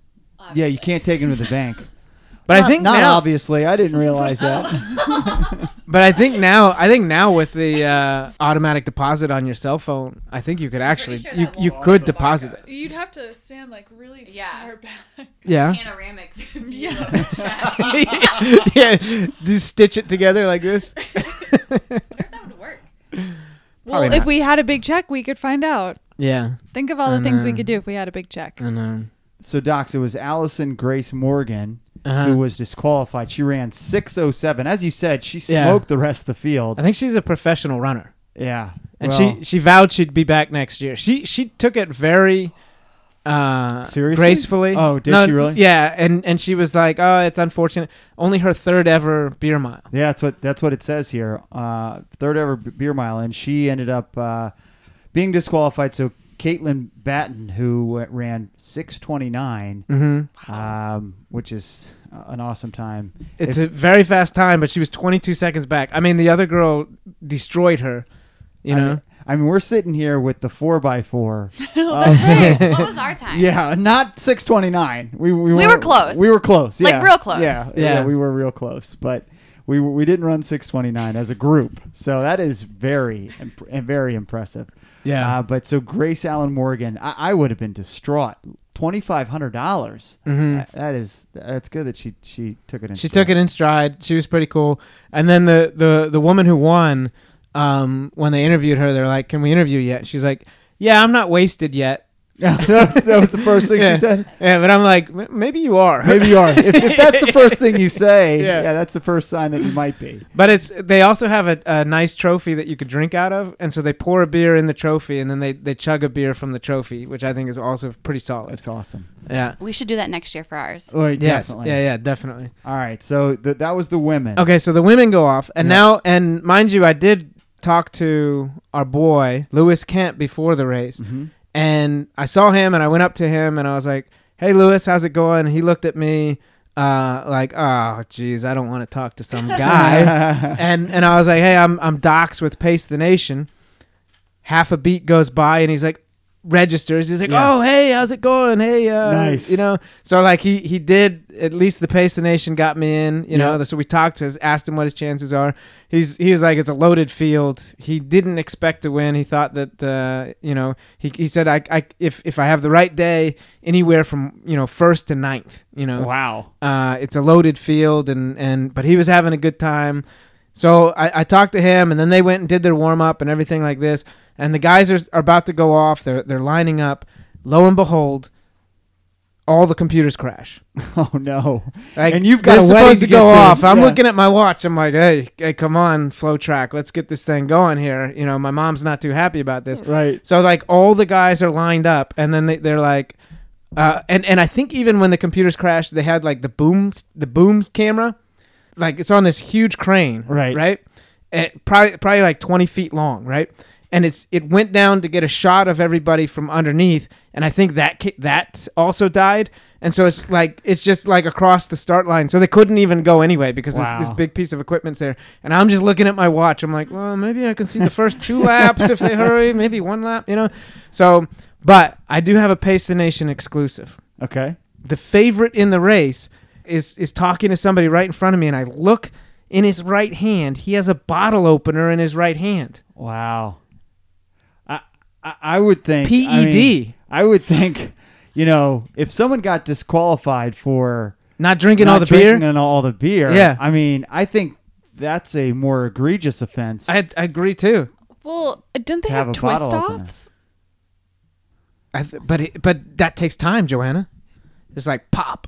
S1: Yeah, you can't take him to the bank.
S3: it, but I
S1: Not-
S3: think
S1: not
S3: now,
S1: obviously. I didn't realize that.
S3: But I think now, I think now with the uh, automatic deposit on your cell phone, I think you could actually
S4: sure
S3: you
S4: that
S3: you
S4: will
S3: could
S4: also
S3: deposit
S4: barcode.
S3: it.
S2: You'd have to stand like really
S4: Yeah. far
S2: back.
S3: Yeah,
S4: Panoramic.
S2: Yeah.
S3: yeah. Just stitch it together like this.
S4: that would work.
S2: Well,
S3: Probably
S2: if
S3: not.
S2: we had a big check, we could find out.
S3: yeah,
S2: Think of all the
S3: I
S2: things we
S3: know.
S2: could do if we had a big check.
S3: I know.
S1: So, Docs, it was Allison Grace Morgan
S3: Uh-huh.
S1: who was disqualified. She ran 6.07. As you said, she
S3: Yeah.
S1: smoked the rest of the field.
S3: I think she's a professional runner,
S1: Yeah.
S3: and
S1: Well,
S3: she she vowed she'd be back next year. She she took it very. Uh,
S1: Seriously?
S3: gracefully.
S1: Oh, did she really?
S3: Yeah, and and she was like, "Oh, it's unfortunate. Only her third ever beer mile."
S1: Yeah, that's what that's what it says here. Uh, third ever b- beer mile, and she ended up uh, being disqualified. So Caitlin Batten, who uh, ran six twenty nine,
S3: Mm-hmm.
S1: um, which is uh, an awesome time.
S3: It's a very fast time, but she was 22 seconds back. I mean, the other girl destroyed her. You
S1: I
S3: know,
S1: mean, I mean, we're sitting here with the four by four.
S4: what was our time?
S1: Yeah, not six twenty nine. We we,
S4: We
S1: weren't-
S4: were close.
S1: We were close.
S4: Like,
S1: Yeah.
S4: real close.
S1: Yeah, yeah,
S3: Yeah.
S1: we were real close, but we we didn't run 629 as a group, so that is very imp- and very impressive.
S3: Yeah.
S1: Uh, but so Grace Allen Morgan, I, I would have been distraught. Twenty five hundred dollars. That is that's good that she she took it. In
S3: Mm-hmm. She took it in stride. She was pretty cool. And then the the the woman who won, um, when they interviewed her, they're like, "Can we interview yet?" And she's like, "Yeah, I'm not wasted yet."
S1: Yeah, that, was, that was the first thing
S3: yeah.
S1: she said.
S3: Yeah, but I'm like, "M- maybe you are.
S1: Maybe you are. If, if that's the first thing you say,
S3: Yeah.
S1: yeah. that's the first sign that you might be.
S3: But it's they also have a, a nice trophy that you could drink out of, and so they pour a beer in the trophy, and then they they chug a beer from the trophy, which I think is also pretty solid.
S1: That's awesome.
S3: Yeah.
S4: We should do that next year for ours.
S1: All right,
S3: Yes.
S1: definitely.
S3: Yeah. Yeah. Definitely.
S1: All right, so th- that was the women.
S3: Okay, so the women go off, and
S1: Yeah.
S3: now, and mind you, I did talk to our boy Lewis Kent before the race,
S1: Mhm.
S3: and I saw him, and I went up to him, and I was like, "Hey, Lewis, how's it going?" He looked at me, uh, like, "Oh, geez, I don't want to talk to some guy," and and I was like, "Hey, I'm I'm Docs with Pace the Nation." Half a beat goes by, and he's like. Registers. He's like,
S1: Yeah.
S3: "Oh, hey, how's it going? Hey, uh,
S1: Nice.
S3: you know." So like he he did at least the pace the nation got me in, you know.
S1: Yeah.
S3: So we talked to, asked him what his chances are. He's he was like it's a loaded field. He didn't expect to win. He thought that uh, you know he, he said I, I if if I have the right day, anywhere from you know first to ninth, you know.
S1: Wow.
S3: Uh, it's a loaded field and and but he was having a good time. So I, I talked to him and then they went and did their warm up and everything like this. And the guys are, are about to go off. They're they're lining up. Lo and behold, all the computers crash.
S1: Oh no.
S3: Like,
S1: And you've got
S3: they're
S1: a wedding
S3: supposed to
S1: to
S3: go
S1: get to.
S3: off. I'm
S1: Yeah.
S3: looking at my watch. I'm like, hey, hey, come on, flow track. Let's get this thing going here. You know, my mom's not too happy about this.
S1: Right.
S3: So like all the guys are lined up, and then they, they're like, uh, and and I think even when the computers crashed, they had like the boom the boom camera, like it's on this huge crane,
S1: Right.
S3: Right, it, eh, probably probably like twenty feet long, right? And it's it went down to get a shot of everybody from underneath, and I think that ki- that also died, and so it's like it's just like across the start line, so they couldn't even go anyway because this- this,
S1: Wow.
S3: big piece of equipment's there, and I'm just looking at my watch. I'm like, well, maybe I can see the first two laps if they hurry, maybe one lap, you know. So, but I do have a Pace the Nation exclusive
S1: Okay.
S3: the favorite in the race is is talking to somebody right in front of me and I look in his right hand he has a bottle opener in his right hand
S1: Wow. I I, I would think
S3: PED
S1: I, mean, I would think, you know, if someone got disqualified for
S3: not drinking all
S1: not
S3: the
S1: drinking
S3: beer
S1: and all the beer,
S3: Yeah.
S1: I mean, I think that's a more egregious offense.
S3: I, I agree too
S2: Well, don't they
S1: To
S2: have,
S1: have a
S2: twist
S1: bottle opener.
S2: offs?
S3: I th- but it, but that takes time Joanna it's like pop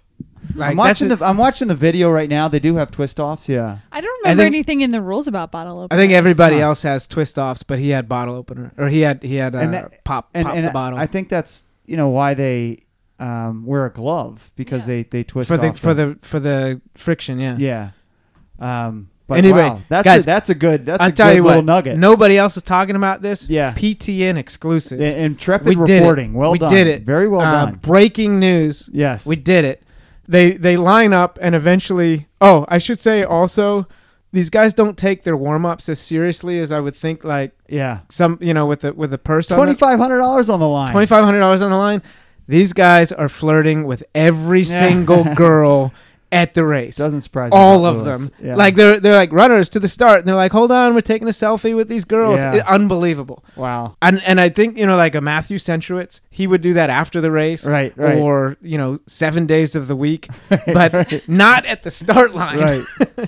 S3: like
S1: I'm
S3: that's
S1: watching
S3: it.
S1: the I'm watching the video right now. They do have twist offs. Yeah.
S2: I don't
S3: I
S2: remember
S3: think-
S2: anything in the rules about bottle
S3: I
S2: openers.
S3: think everybody
S1: Huh.
S3: else has twist offs but he had bottle opener or he had he had uh,
S1: And that-
S3: pop
S1: And,
S3: pop
S1: and
S3: the bottle
S1: I think that's you know why they um, wear a glove because
S2: Yeah.
S1: they they twist
S3: for the
S1: off
S3: for
S1: them.
S3: the for the friction yeah
S1: yeah. Um, but
S3: Anyway,
S1: wow, that's
S3: guys,
S1: a, that's a good that's
S3: I'll
S1: a
S3: tell
S1: good
S3: you
S1: little
S3: what,
S1: nugget.
S3: nobody else is talking about this
S1: Yeah.
S3: PTN exclusive
S1: I- Intrepid
S3: we did
S1: reporting.
S3: It.
S1: Well
S3: we
S1: done.
S3: did it.
S1: Very well
S3: Uh,
S1: done.
S3: Breaking news.
S1: Yes.
S3: We did it. They they line up and eventually. Oh, I should say also, these guys don't take their warm ups as seriously as I would think. Like
S1: yeah.
S3: some, you know, with the with a person.
S1: Twenty five hundred dollars on the line.
S3: Twenty five hundred dollars on the line. These guys are flirting with every
S1: Yeah.
S3: single girl at the race
S1: doesn't surprise me
S3: all
S1: about
S3: of
S1: Lewis.
S3: them.
S1: Yeah.
S3: Like they're they're like runners to the start, and they're like, "Hold on, we're taking a selfie with these girls."
S1: Yeah.
S3: It- unbelievable.
S1: wow.
S3: And and I think you know like a Matthew Centrowitz, he would do that after the race,
S1: Right, right.
S3: Or you know seven days of the week, but
S1: right.
S3: not at the start line.
S1: right.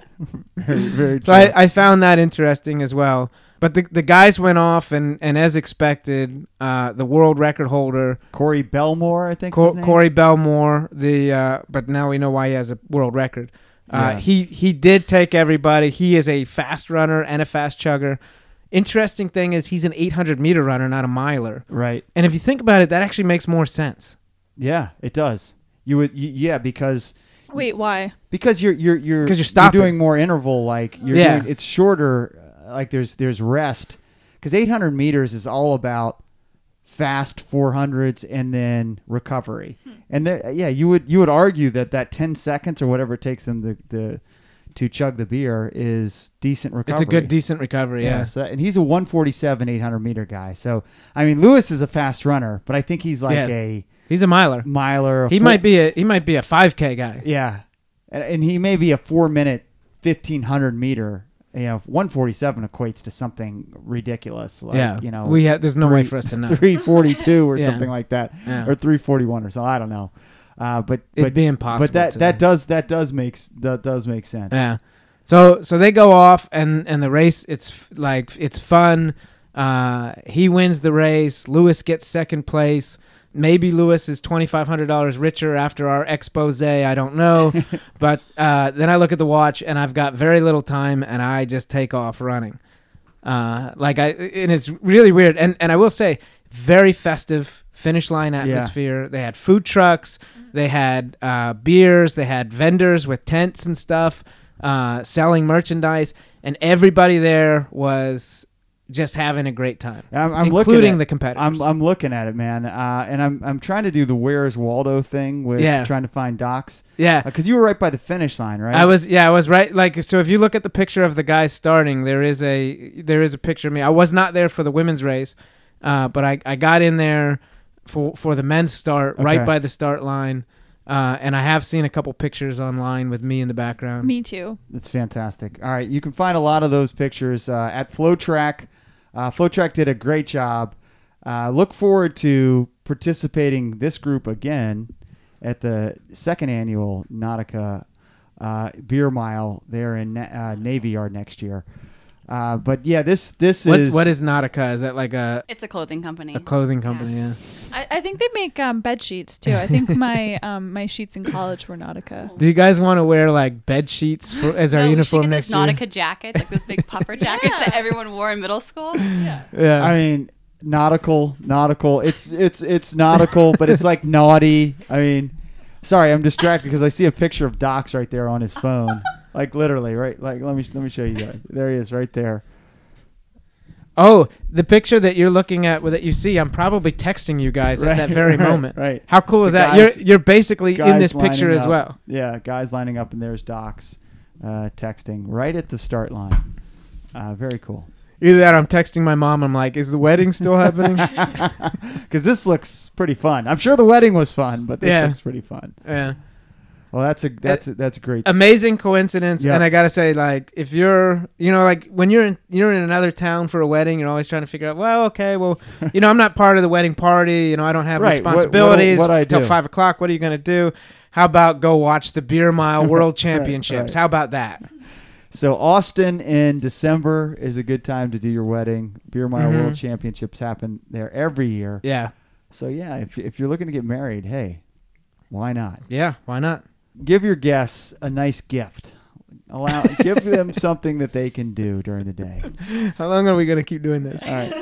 S1: very very true.
S3: So I, I found that interesting as well. But the, the guys went off, and, and as expected, uh, the world record holder
S1: Corey Belmore, I think.
S3: Cor- Corey Belmore, the uh, but now we know why he has a world record. Uh,
S1: Yeah.
S3: He he did take everybody. He is a fast runner and a fast chugger. Interesting thing is he's an 800 meter runner, not a miler.
S1: Right.
S3: And if you think about it, that actually makes more sense.
S1: Yeah, it does. You would. y yeah, because
S2: Wait, why?
S1: because you're you're you're
S3: 'Cause you're stopping.
S1: doing more interval. Like you're
S3: Yeah.
S1: doing, it's shorter. uh, Like there's there's rest because 800 meters is all about fast 400s and then recovery. And there, yeah, you would you would argue that that 10 seconds or whatever it takes them to the to chug the beer is decent recovery.
S3: It's a good, decent recovery. Yeah.
S1: So that- and he's a 147 800 meter guy. So I mean, Lewis is a fast runner, but I think he's like
S3: Yeah.
S1: a
S3: He's a miler.
S1: miler. a
S3: He
S1: four-
S3: might be a he might be a 5K guy.
S1: yeah, and, and he may be a four minute 1500 meter. You know, 147 equates to something ridiculous. Like,
S3: yeah,
S1: you know,
S3: we ha- there's no way for us to know.
S1: 342 or
S3: Yeah.
S1: something like that,
S3: Yeah.
S1: or 341 or so. I don't know. Uh, but
S3: It'd
S1: but,
S3: be impossible
S1: But that
S3: to
S1: that
S3: know.
S1: does that does makes that does make sense.
S3: Yeah. So so they go off and and the race it's f- like it's fun. Uh, he wins the race. Lewis gets second place. Maybe Lewis is twenty five hundred dollars richer after our expose. I don't know, but uh, then I look at the watch and I've got very little time, and I just take off running. Uh, like I and it's really weird. And and I will say, very festive finish line atmosphere. They had food trucks. They had uh, beers. They had vendors with tents and stuff uh, selling merchandise, and everybody there was just having a great time,
S1: I'm, I'm looking
S3: including
S1: at-
S3: the competitors.
S1: I'm I'm looking at it, man, uh, and I'm I'm trying to do the Where's Waldo thing with
S3: Yeah.
S1: trying to find docs
S3: yeah,
S1: because you were right by the finish line, right?
S3: I was yeah, I was right. Like so, if you look at the picture of the guy starting, there is a there is a picture of me. I was not there for the women's race, uh, but I, I got in there for for the men's start
S1: Okay.
S3: right by the start line, uh, and I have seen a couple pictures online with me in the background.
S2: Me too.
S1: That's fantastic. All right, you can find a lot of those pictures uh, at FlowTrack. Uh, FlowTrack did a great job. Uh, look forward to participating this group again at the second annual Nautica uh, Beer Mile there in Na- uh, Navy Yard next year. Uh, but yeah, this this
S3: What,
S1: is
S3: what is Nautica? Is that like a
S4: It's a clothing company.
S3: a clothing company? Yeah.
S2: I, I think they make um, bed sheets too. I think my um, my sheets in college were Nautica.
S3: Do you guys want to wear like bed sheets for, as our
S4: No, we should
S3: uniform
S4: get
S3: next
S4: those Nautica jackets, like those big puffer jackets that everyone wore in middle school.
S3: year? Yeah.
S1: I mean nautical, nautical. It's it's it's nautical, but it's like naughty. I mean, sorry, I'm distracted because I see a picture of Docs right there on his phone. Like literally, right? Like let me let me show you guys. There he is, right there.
S3: oh, the picture that you're looking at that you see, I'm probably texting you guys
S1: Right,
S3: at that very
S1: right,
S3: moment.
S1: right.
S3: How cool is
S1: The
S3: that?
S1: guys-
S3: you're you're basically in
S1: Guys
S3: this picture
S1: lining
S3: as
S1: up.
S3: well.
S1: Yeah, guys lining up, and there's Docs uh, texting right at the start line. Uh, very cool.
S3: Either that, or I'm texting my mom. I'm like, "Is the wedding still happening?"
S1: Because this looks pretty fun. I'm sure the wedding was fun, but this
S3: Yeah.
S1: looks pretty fun.
S3: yeah.
S1: Well, that's a that's a, that's a great.
S3: Amazing coincidence,
S1: Yeah.
S3: and I gotta say, like, if you're, you know, like when you're in, you're in another town for a wedding, you're always trying to figure out, well, okay, well, you know, I'm not part of the wedding party, you know, I don't have
S1: Right, what- what'll-
S3: responsibilities
S1: what I
S3: till
S1: do?
S3: five o'clock. What are you gonna do? How about go watch the Beer Mile World Championships?
S1: right.
S3: How about that?
S1: So Austin in December is a good time to do your wedding. Beer Mile
S3: Mhm.
S1: World Championships happen there every year.
S3: Yeah,
S1: So yeah, if if you're looking to get married, hey, why not?
S3: yeah, why not?
S1: Give your guests a nice gift. Allow give them something that they can do during the day.
S3: How long are we gonna keep doing this?
S1: All right.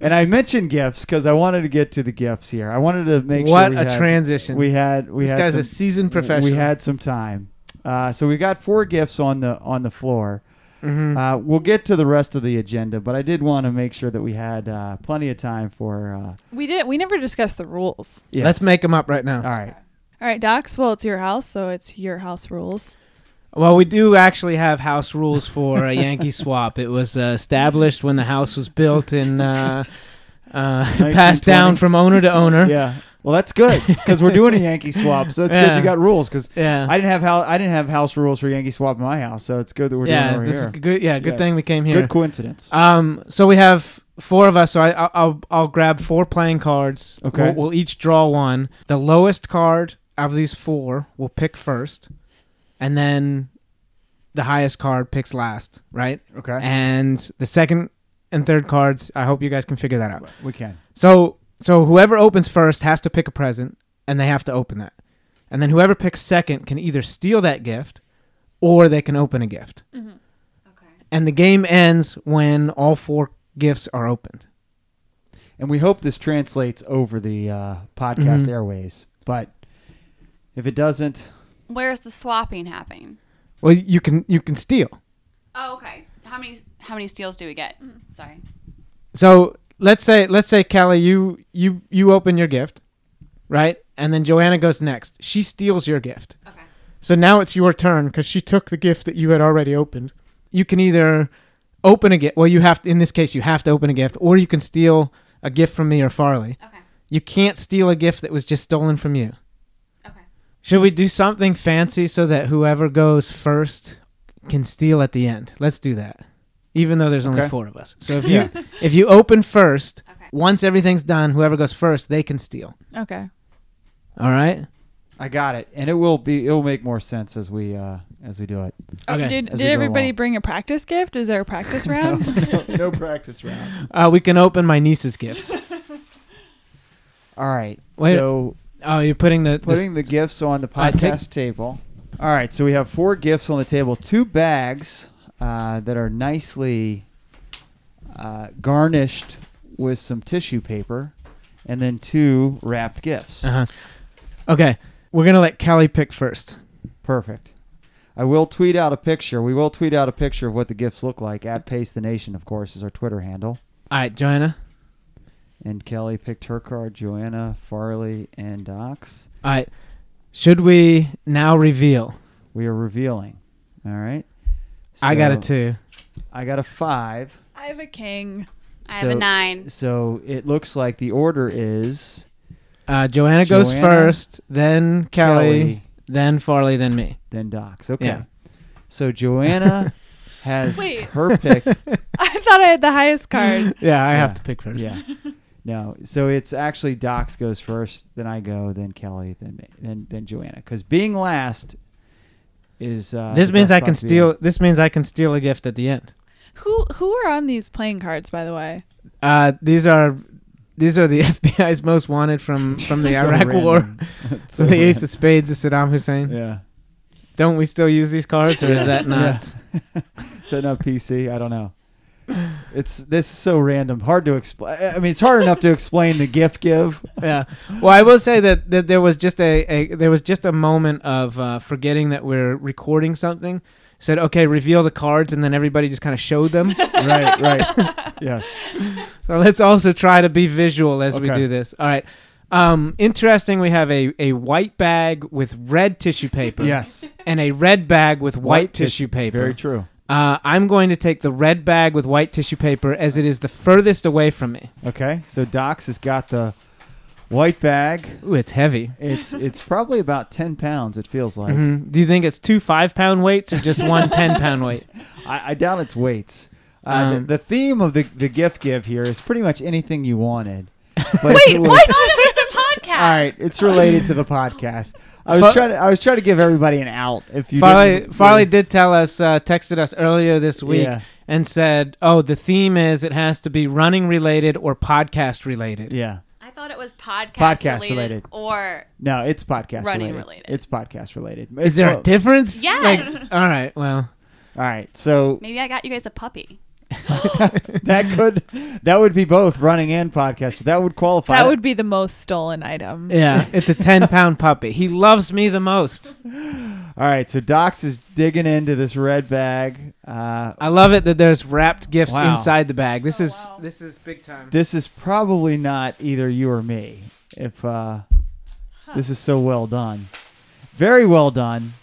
S1: and I mentioned gifts because I wanted to get to the gifts here. I wanted to make
S3: what
S1: sure we
S3: a
S1: had,
S3: transition!
S1: we had we
S3: this
S1: had
S3: guy's
S1: some,
S3: a seasoned professional.
S1: We had some time, uh, so we got four gifts on the on the floor.
S3: Mhm.
S1: Uh, we'll get to the rest of the agenda, but I did want to make sure that we had uh, plenty of time for. Uh,
S2: We didn't. We never discussed the rules.
S1: yes.
S3: Let's make them up right now.
S1: all right.
S2: All right, Docs. Well, it's your house, so it's your house rules.
S3: Well, we do actually have house rules for a Yankee swap. It was uh, established when the house was built and uh, uh, passed
S1: 1920.
S3: down from owner to owner.
S1: Yeah. Well, that's good because we're doing a Yankee swap, so it's good
S3: Yeah.
S1: you got rules because
S3: Yeah.
S1: I didn't have how I didn't have house rules for Yankee swap in my house, so it's good that we're
S3: yeah,
S1: doing it
S3: this
S1: over
S3: is
S1: here.
S3: good. Yeah, good
S1: Yeah.
S3: thing we came here.
S1: Good coincidence.
S3: Um, so we have four of us. So I, I'll- I'll I'll grab four playing cards.
S1: Okay.
S3: We'll, we'll each draw one. The lowest card of these four we'll pick first, and then the highest card picks last. Right.
S1: okay.
S3: And the second and third cards. I hope you guys can figure that out.
S1: we can.
S3: So so whoever opens first has to pick a present, and they have to open that. And then whoever picks second can either steal that gift, or they can open a gift.
S4: Okay.
S3: And the game ends when all four gifts are opened.
S1: and we hope this translates over the uh, podcast
S3: Mhm.
S1: airways. But if it doesn't,
S4: Where's the swapping happening?
S3: Well, you can you can steal.
S4: Oh, okay. How many how many steals do we get? Sorry.
S3: So let's say let's say Kelly, you you you open your gift, right? And then Joanna goes next. She steals your gift.
S4: Okay.
S3: So now it's your turn because she took the gift that you had already opened. You can either open a gift. Well, you have to, in this case, you have to open a gift, or you can steal a gift from me or Farley.
S4: Okay.
S3: You can't steal a gift that was just stolen from you.
S4: Okay.
S3: Should we do something fancy so that whoever goes first can steal at the end? Let's do that. Even though there's only
S1: Okay.
S3: four of us. So if you if you open first,
S4: Okay.
S3: once everything's done, whoever goes first, they can steal.
S2: Okay.
S3: All right?
S1: I got it, and it will be. It will make more sense as we uh, as we do it.
S3: Okay.
S2: Oh, did
S1: As
S2: did
S1: we go
S2: everybody
S1: along.
S2: bring a practice gift? Is there a practice round?
S1: no practice round.
S3: Uh, we can open my niece's gifts.
S1: All right.
S3: Wait.
S1: So
S3: Oh, you're putting the, the
S1: putting the gifts on the
S3: I
S1: podcast
S3: take-
S1: table. All right, so we have four gifts on the table, two bags uh, that are nicely uh, garnished with some tissue paper, and then two wrapped gifts.
S3: Uh-huh. Okay. We're going to let Kelly pick first.
S1: Perfect. I will tweet out a picture. We will tweet out a picture of what the gifts look like at Pace the Nation, of course, is our Twitter handle.
S3: All right, Joanna.
S1: And Kelly picked her card, Joanna, Farley, and Docs.
S3: All right. Should we now reveal?
S1: We are revealing. All right.
S3: I got a
S1: So
S3: two.
S1: I got a five.
S2: I have a king.
S4: I have a
S1: So-
S4: nine.
S1: So it looks like the order is
S3: Uh, Joanna goes
S1: Joanna,
S3: first, then Kelly,
S1: Kelly,
S3: then Farley, then me.
S1: then Docs. Okay.
S3: Yeah.
S1: So Joanna has
S2: Wait.
S1: her pick.
S2: I thought I had the highest card.
S3: Yeah, I have
S1: Yeah.
S3: to pick first.
S1: Yeah. No. So it's actually Docs goes first, then I go, then Kelly, then me, then then Joanna. Because being last is uh,
S3: this
S1: the
S3: means
S1: best
S3: I
S1: spot
S3: can
S1: to be
S3: steal.
S1: in.
S3: This means I can steal a gift at the end.
S2: Who who are on these playing cards, by the way?
S3: Uh, these are these are the FBI's most wanted from from the
S1: So
S3: Iraq War.
S1: random.
S3: So the Ace of Spades is Saddam Hussein.
S1: yeah.
S3: Don't we still use these cards, or is that not?
S1: Setting up PC. I don't know. It's this is so random. Hard to explain. I mean, it's hard enough to explain the gift give.
S3: yeah. Well, I will say that, that there was just a, a there was just a moment of uh, forgetting that we're recording something. Said, okay, reveal the cards, and then everybody just kind of showed them.
S1: right. Right. Yes.
S3: So let's also try to be visual as we
S1: Okay.
S3: do this. All right. Um, interesting. We have a, a white bag with red tissue paper.
S1: Yes.
S3: And a red bag with white,
S1: White tis-
S3: tissue paper.
S1: Very true.
S3: Uh, I'm going to take the red bag with white tissue paper as it is the furthest away from me.
S1: Okay, so Docs has got the white bag.
S3: Ooh, it's heavy.
S1: It's it's probably about ten pounds. It feels like.
S3: Mhm. Do you think it's two five pound weights or just one ten pound weight?
S1: I, I doubt its weights. Uh,
S3: Um,
S1: the, the theme of the the gift give here is pretty much anything you wanted. But
S2: Wait,
S1: it was-
S2: what?
S4: It's
S1: All right, it's related to the podcast. I was
S3: Fa-
S1: trying to I was trying to give everybody an out. If you
S3: Farley,
S1: didn't-
S3: Farley did tell us, uh, texted us earlier this week
S1: Yeah.
S3: and said, oh, the theme is it has to be running related or podcast related.
S1: yeah.
S4: I thought it was podcast,
S1: Podcast related.
S4: related, or
S1: No, it's podcast
S4: Running
S1: related.
S4: related.
S1: It's podcast related.
S3: Is there a
S1: difference?
S3: difference?
S4: Yes.
S3: Like, all right. Well,
S1: All right, so
S4: maybe I got you guys a puppy.
S1: that could that would be both running and podcast. That would qualify.
S2: That would be the most stolen item.
S3: yeah, it's a 10 pound puppy. He loves me the most.
S1: All right, so Docs is digging into this red bag. Uh,
S3: I love it that there's wrapped gifts
S1: Wow.
S3: inside the bag. This
S2: Oh,
S3: is
S2: wow.
S3: this is big time.
S1: this is probably not either you or me. If uh, this is so well done, very well done.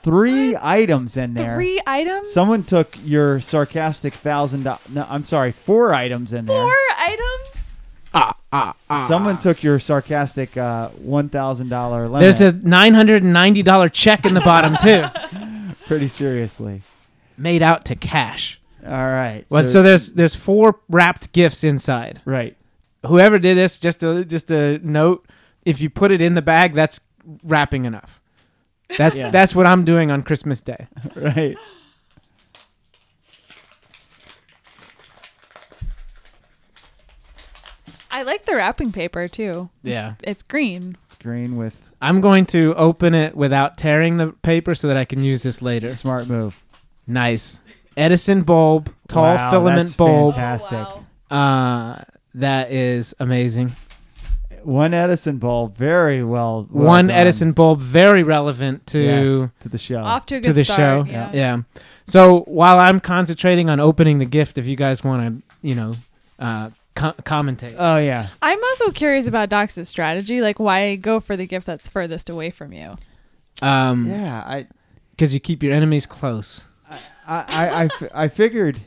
S1: Three items in there.
S2: Three items?
S1: Someone took your sarcastic thousand. do- No, I'm sorry, four items in there.
S2: Four items?
S1: Someone
S2: Ah.
S1: took your sarcastic uh, one thousand dollar limit
S3: There's a $990 check in the bottom too,
S1: pretty seriously.
S3: made out to cash.
S1: All right.
S3: Well, so there's there's four wrapped gifts inside.
S1: right.
S3: Whoever did this, just a just a note, if you put it in the bag, that's wrapping enough. That's
S1: Yeah.
S3: that's what I'm doing on Christmas Day.
S1: right.
S2: I like the wrapping paper too.
S3: Yeah.
S2: It's green.
S1: Green with
S3: I'm going to open it without tearing the paper so that I can use this later.
S1: smart move.
S3: Nice. Edison bulb, tall
S1: Wow,
S3: filament
S1: that's
S3: bulb.
S1: Fantastic.
S4: Oh,
S3: Uh, that is amazing.
S1: One Edison bulb, very well. well
S3: One
S1: done.
S3: Edison bulb, very relevant to
S1: Yes, Oh. to the show.
S2: Off to a good
S3: to the
S2: start.
S3: show.
S2: Yeah.
S3: yeah. So while I'm concentrating on opening the gift, if you guys want to, you know, uh, co- commentate.
S1: oh yeah,
S2: I'm also curious about Dox's strategy, like why go for the gift that's furthest away from you.
S3: Um
S2: Mm.
S3: 'cause
S1: yeah. I,
S3: because you keep your enemies close.
S1: I, I, I, fi- I figured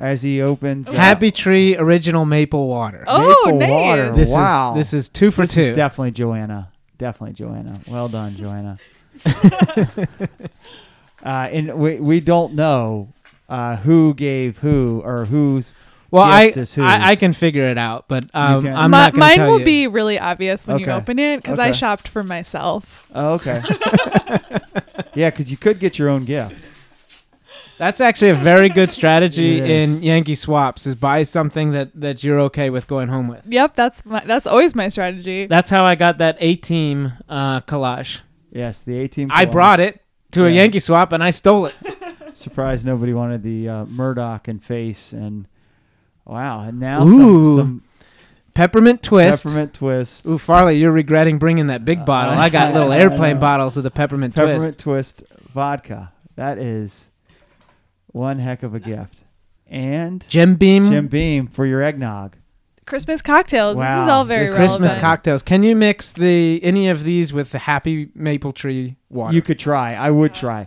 S1: as he opens. uh,
S3: Happy Tree Original Maple Water.
S2: Oh,
S1: Maple
S2: nice.
S1: water.
S3: This
S1: wow.
S3: is this is two for
S1: This
S3: two.
S1: is definitely Joanna. Definitely Joanna. Well done, Joanna. uh, and we we don't know uh, who gave who or who's.
S3: well, I,
S1: gift is whose.
S3: I I can figure it out, but um,
S1: can.
S3: I'm
S2: My,
S3: not gonna
S2: mine
S3: tell
S2: will
S3: you.
S2: be really obvious when you
S1: Okay.
S2: open it because I
S1: Okay.
S2: shopped for myself.
S1: Oh, okay. yeah, because you could get your own gift.
S3: That's actually a very good strategy
S1: It is.
S3: in Yankee swaps is buy something that that you're okay with going home with.
S2: Yep, that's my, that's always my strategy.
S3: That's how I got that A team uh, collage.
S1: Yes, the A team.
S3: I brought it to a
S1: Yeah.
S3: Yankee swap and I stole it.
S1: Surprised nobody wanted the uh, Murdoch and face and wow. And now some-
S3: Ooh.
S1: some,
S3: Peppermint twist.
S1: peppermint twist.
S3: Ooh, Farley, you're regretting bringing that big bottle. I got little airplane bottles of the peppermint,
S1: peppermint twist. vodka. That is one heck of a gift. And
S3: twist. Jim Beam.
S1: Jim Beam for your eggnog.
S2: Christmas cocktails. This is
S1: Wow,
S2: all very
S1: this
S2: relevant.
S3: Christmas cocktails. Can you mix the any of these with the happy maple tree water?
S1: You could try. I would try.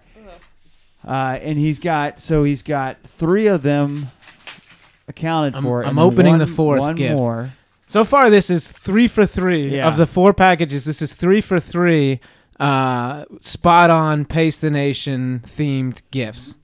S1: Uh, and he's got so he's got three of them accounted
S3: I'm-
S1: for.
S3: I'm
S1: and then
S3: opening
S1: one-
S3: the fourth
S1: One
S3: gift.
S1: more.
S3: so far this is three for three
S1: Yeah.
S3: of the four packages. This is three for three uh spot on pace the nation themed gifts.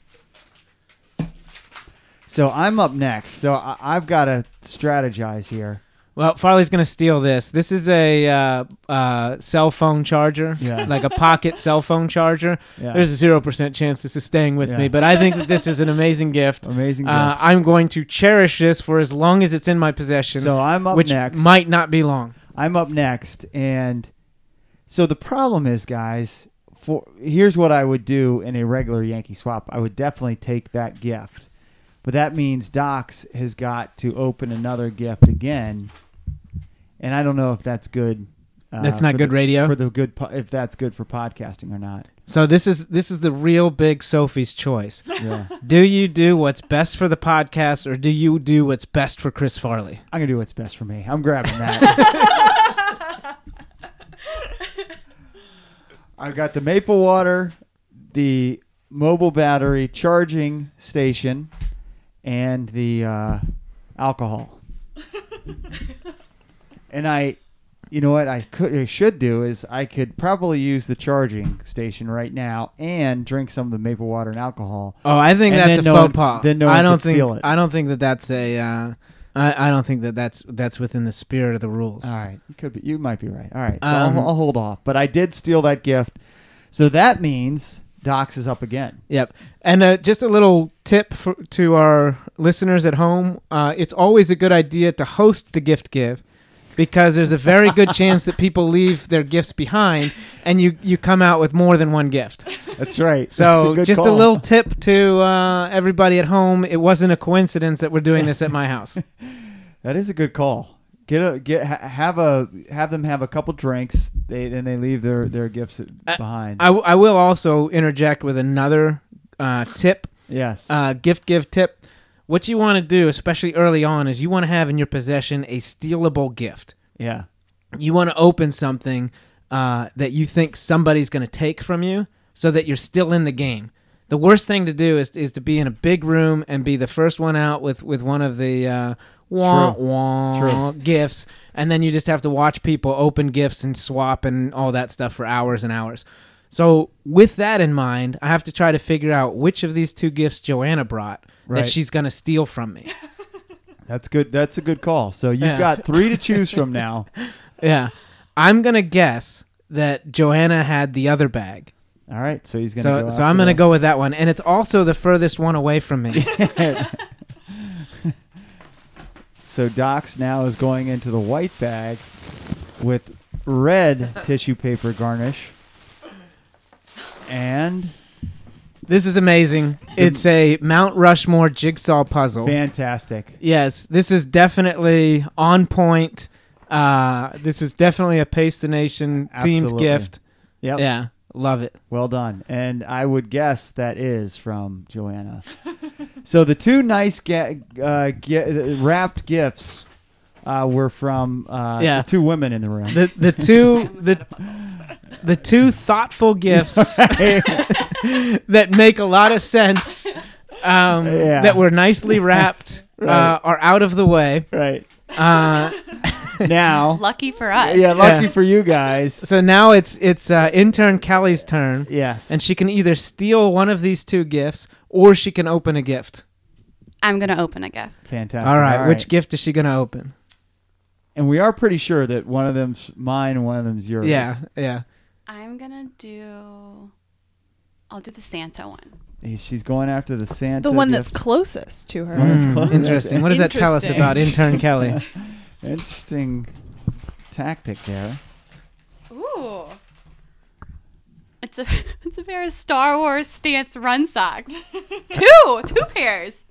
S1: So I'm up next. So I, I've got to strategize here.
S3: Well, Farley's gonna steal this. This is a uh, uh, cell phone charger,
S1: Yeah.
S3: like a pocket cell phone charger.
S1: Yeah.
S3: There's a zero percent chance this is staying with
S1: Yeah.
S3: me, but I think that this is an amazing gift.
S1: Amazing gift.
S3: Uh, I'm going to cherish this for as long as it's in my possession,
S1: so I'm up
S3: which
S1: next.
S3: might not be long.
S1: I'm up next, and so the problem is, guys. For here's what I would do in a regular Yankee swap. I would definitely take that gift, but that means Docs has got to open another gift again, and I don't know if that's good. Uh,
S3: That's not
S1: for
S3: good
S1: the-
S3: radio?
S1: for the good. Po- if that's good for podcasting or not.
S3: So this is this is the real big Sophie's choice.
S1: Yeah.
S3: do you do what's best for the podcast, or do you do what's best for Chris Farley?
S1: I'm gonna do what's best for me. I'm grabbing that. I've got the maple water, the mobile battery charging station, and the uh, alcohol. and I, you know what I could I should do is I could probably use the charging station right now and drink some of the maple water and alcohol.
S3: Oh, I think
S1: And
S3: that's
S1: then
S3: a
S1: no one-
S3: faux pas.
S1: then no
S3: I
S1: one
S3: don't
S1: could
S3: think
S1: steal it.
S3: I don't think that that's a. Uh, I, I don't think that that's that's within the spirit of the rules.
S1: All right, you could be. You might be right. All right, so
S3: Um,
S1: I'll, I'll hold off. But I did steal that gift, so that means Docs is up again.
S3: Yep. And uh, just a little tip for, to our listeners at home: uh, it's always a good idea to host the gift give. Because there's a very good chance that people leave their gifts behind, and you, you come out with more than one gift.
S1: That's right. That's
S3: So,
S1: good
S3: just a
S1: call.
S3: little tip to uh, everybody at home: it wasn't a coincidence that we're doing this at my house.
S1: That is a good call. Get a get ha- have a have them have a couple drinks. They then they leave their their gifts
S3: Uh,
S1: behind.
S3: I, I will also interject with another uh, tip,
S1: yes.
S3: uh, gift give tip. What you want to do, especially early on, is you want to have in your possession a stealable gift.
S1: yeah.
S3: You want to open something uh, that you think somebody's going to take from you so that you're still in the game. The worst thing to do is, is to be in a big room and be the first one out with, with one of the uh, wah,
S1: True.
S3: wah gifts, and then you just have to watch people open gifts and swap and all that stuff for hours and hours. So, with that in mind, I have to try to figure out which of these two gifts Joanna brought
S1: Right.
S3: that she's going to steal from me.
S1: That's good. That's a good call. So you've
S3: Yeah.
S1: got three to choose from now.
S3: yeah. I'm going to guess that Joanna had the other bag.
S1: All right. So he's gonna.
S3: So,
S1: go
S3: so I'm
S1: after
S3: gonna
S1: that.
S3: go with that one, and it's also the furthest one away from me.
S1: So Docs now is going into the white bag with red tissue paper garnish. And
S3: this is amazing. It's a Mount Rushmore jigsaw puzzle.
S1: fantastic.
S3: yes, this is definitely on point. Uh, this is definitely a Pace the Nation themed
S1: Absolutely.
S3: gift.
S1: Yep.
S3: Yeah, love it.
S1: Well done. And I would guess that is from Joanna. so the two nice ga- uh, gi- wrapped gifts uh, were from uh,
S3: Yeah.
S1: the two women in the room.
S3: The the two the the two thoughtful gifts that make a lot of sense. um,
S1: Yeah.
S3: that were nicely wrapped uh,
S1: Right.
S3: are out of the way.
S1: right
S3: Uh,
S1: now.
S4: Lucky for us.
S1: yeah, lucky
S3: Yeah.
S1: for you guys.
S3: so now it's it's uh, intern Callie's turn,
S1: Yes,
S3: and she can either steal one of these two gifts or she can open a gift.
S4: I'm gonna open a gift.
S1: fantastic.
S3: All right, which gift is she gonna open?
S1: and we are pretty sure that one of them's mine and one of them's yours.
S3: Yeah, yeah.
S4: I'm gonna do. I'll do the Santa one.
S1: Hey, she's going after the Santa.
S2: the one that's
S1: gift.
S2: closest to her.
S1: One Oh, that's
S3: Mm,
S1: close.
S3: interesting. What does that tell us
S2: Interesting.
S3: about intern Kelly?
S1: interesting tactic there.
S4: Ooh. It's a it's a pair of Star Wars stance run socks. two two pairs.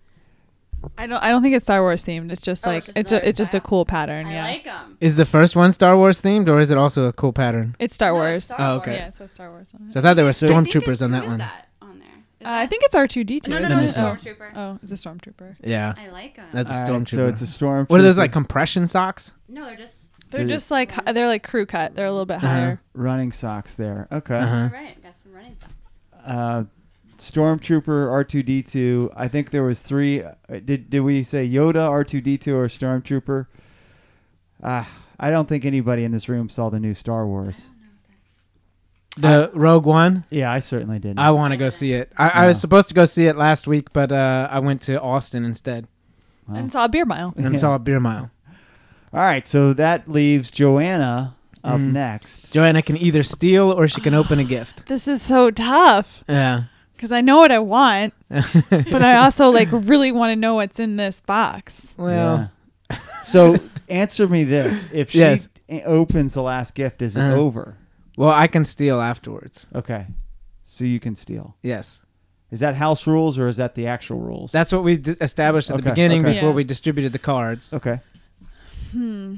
S2: I don't. I don't think it's Star Wars themed. It's just
S4: Oh,
S2: like
S4: it's just
S2: it's just,
S4: another
S2: it's just a
S4: style.
S2: cool pattern. yeah,
S4: I like them.
S3: Is the first one Star Wars themed, or is it also a cool pattern?
S2: it's Star
S4: No, it's
S2: Wars.
S4: Star
S3: Oh, okay.
S2: Yeah, it says Star Wars on it.
S3: So I thought there were
S1: So-
S3: stormtroopers on that one.
S4: That on there. Is
S2: Uh, I
S4: that-
S2: think it's R two D two.
S4: No, no,
S3: Let
S4: no,
S3: me
S4: it's
S3: see.
S4: Stormtrooper.
S2: Oh, it's a stormtrooper.
S3: Yeah,
S4: I like them.
S3: that's a
S1: All
S3: stormtrooper.
S1: right, so it's a stormtrooper.
S3: what are those like compression socks?
S4: no, they're just
S2: They're
S1: Dude.
S2: just like hi- they're like crew cut. They're a little bit
S3: Uh-huh.
S2: higher.
S1: running socks there? Okay.
S3: Uh-huh.
S4: all right. Got some running socks.
S1: Uh, Stormtrooper R two D two. I think there was three. uh, Did did we say Yoda R two D two or Stormtrooper? Ah, I don't think anybody in this room saw the new Star Wars.
S3: The Rogue One.
S1: Yeah, I certainly didn't.
S3: I want to go see it. I, I was
S1: Yeah.
S3: supposed to go see it last week, but uh, I went to Austin instead
S1: Wow.
S2: And saw a beer mile.
S3: and
S1: Yeah.
S3: saw Beer Mile.
S1: All right, so that leaves Joanna up
S3: Mm.
S1: next.
S3: Joanna can either steal or she can open a gift.
S2: This is so tough
S3: Yeah.
S2: because I know what I want, but I also like really want to know what's in this box.
S3: Well,
S1: Yeah. so answer me this: If she
S3: Yes.
S1: a- opens the last gift, is it
S3: Uh-huh.
S1: over?
S3: well, I can steal afterwards.
S1: Okay, so you can steal.
S3: Yes,
S1: Is that house rules or is that the actual rules?
S3: that's what we d- established at the
S1: Okay,
S3: beginning
S1: okay.
S3: before
S2: Yeah.
S3: we distributed the cards.
S1: okay.
S2: Hmm.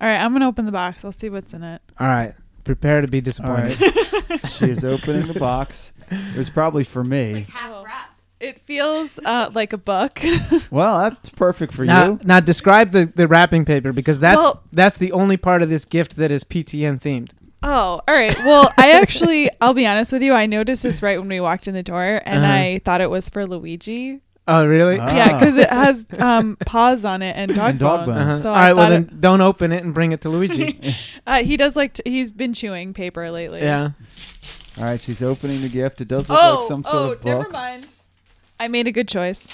S2: All right, I'm gonna open the box. I'll see what's in it.
S3: All right, prepare to be
S1: All right.
S3: disappointed.
S1: she is opening the box. It was probably for me.
S4: Like half wrapped.
S2: It feels uh, like a book.
S1: Well, that's perfect for
S3: Now,
S1: you.
S3: now describe the, the wrapping paper because that's
S2: Well-
S3: that's the only part of this gift that is PTN themed.
S2: Oh, all right. Well, I actually, I'll be honest with you. I noticed this right when we walked in the door, and
S3: Uh-huh.
S2: I thought it was for Luigi.
S3: Oh, really?
S1: Ah.
S2: Yeah, because it has um, paws on it and dog,
S1: And dog
S2: bone.
S1: bones.
S3: Uh-huh.
S2: So
S3: All
S2: I
S3: right, well
S2: thought
S3: then
S2: it-
S3: don't open it and bring it to Luigi.
S2: uh, he does like. To, he's been chewing paper lately.
S3: yeah.
S1: All right, she's opening the gift. It does look
S2: Oh.
S1: like some sort
S2: oh.
S1: of
S2: Never
S1: book.
S2: mind. I made a good choice.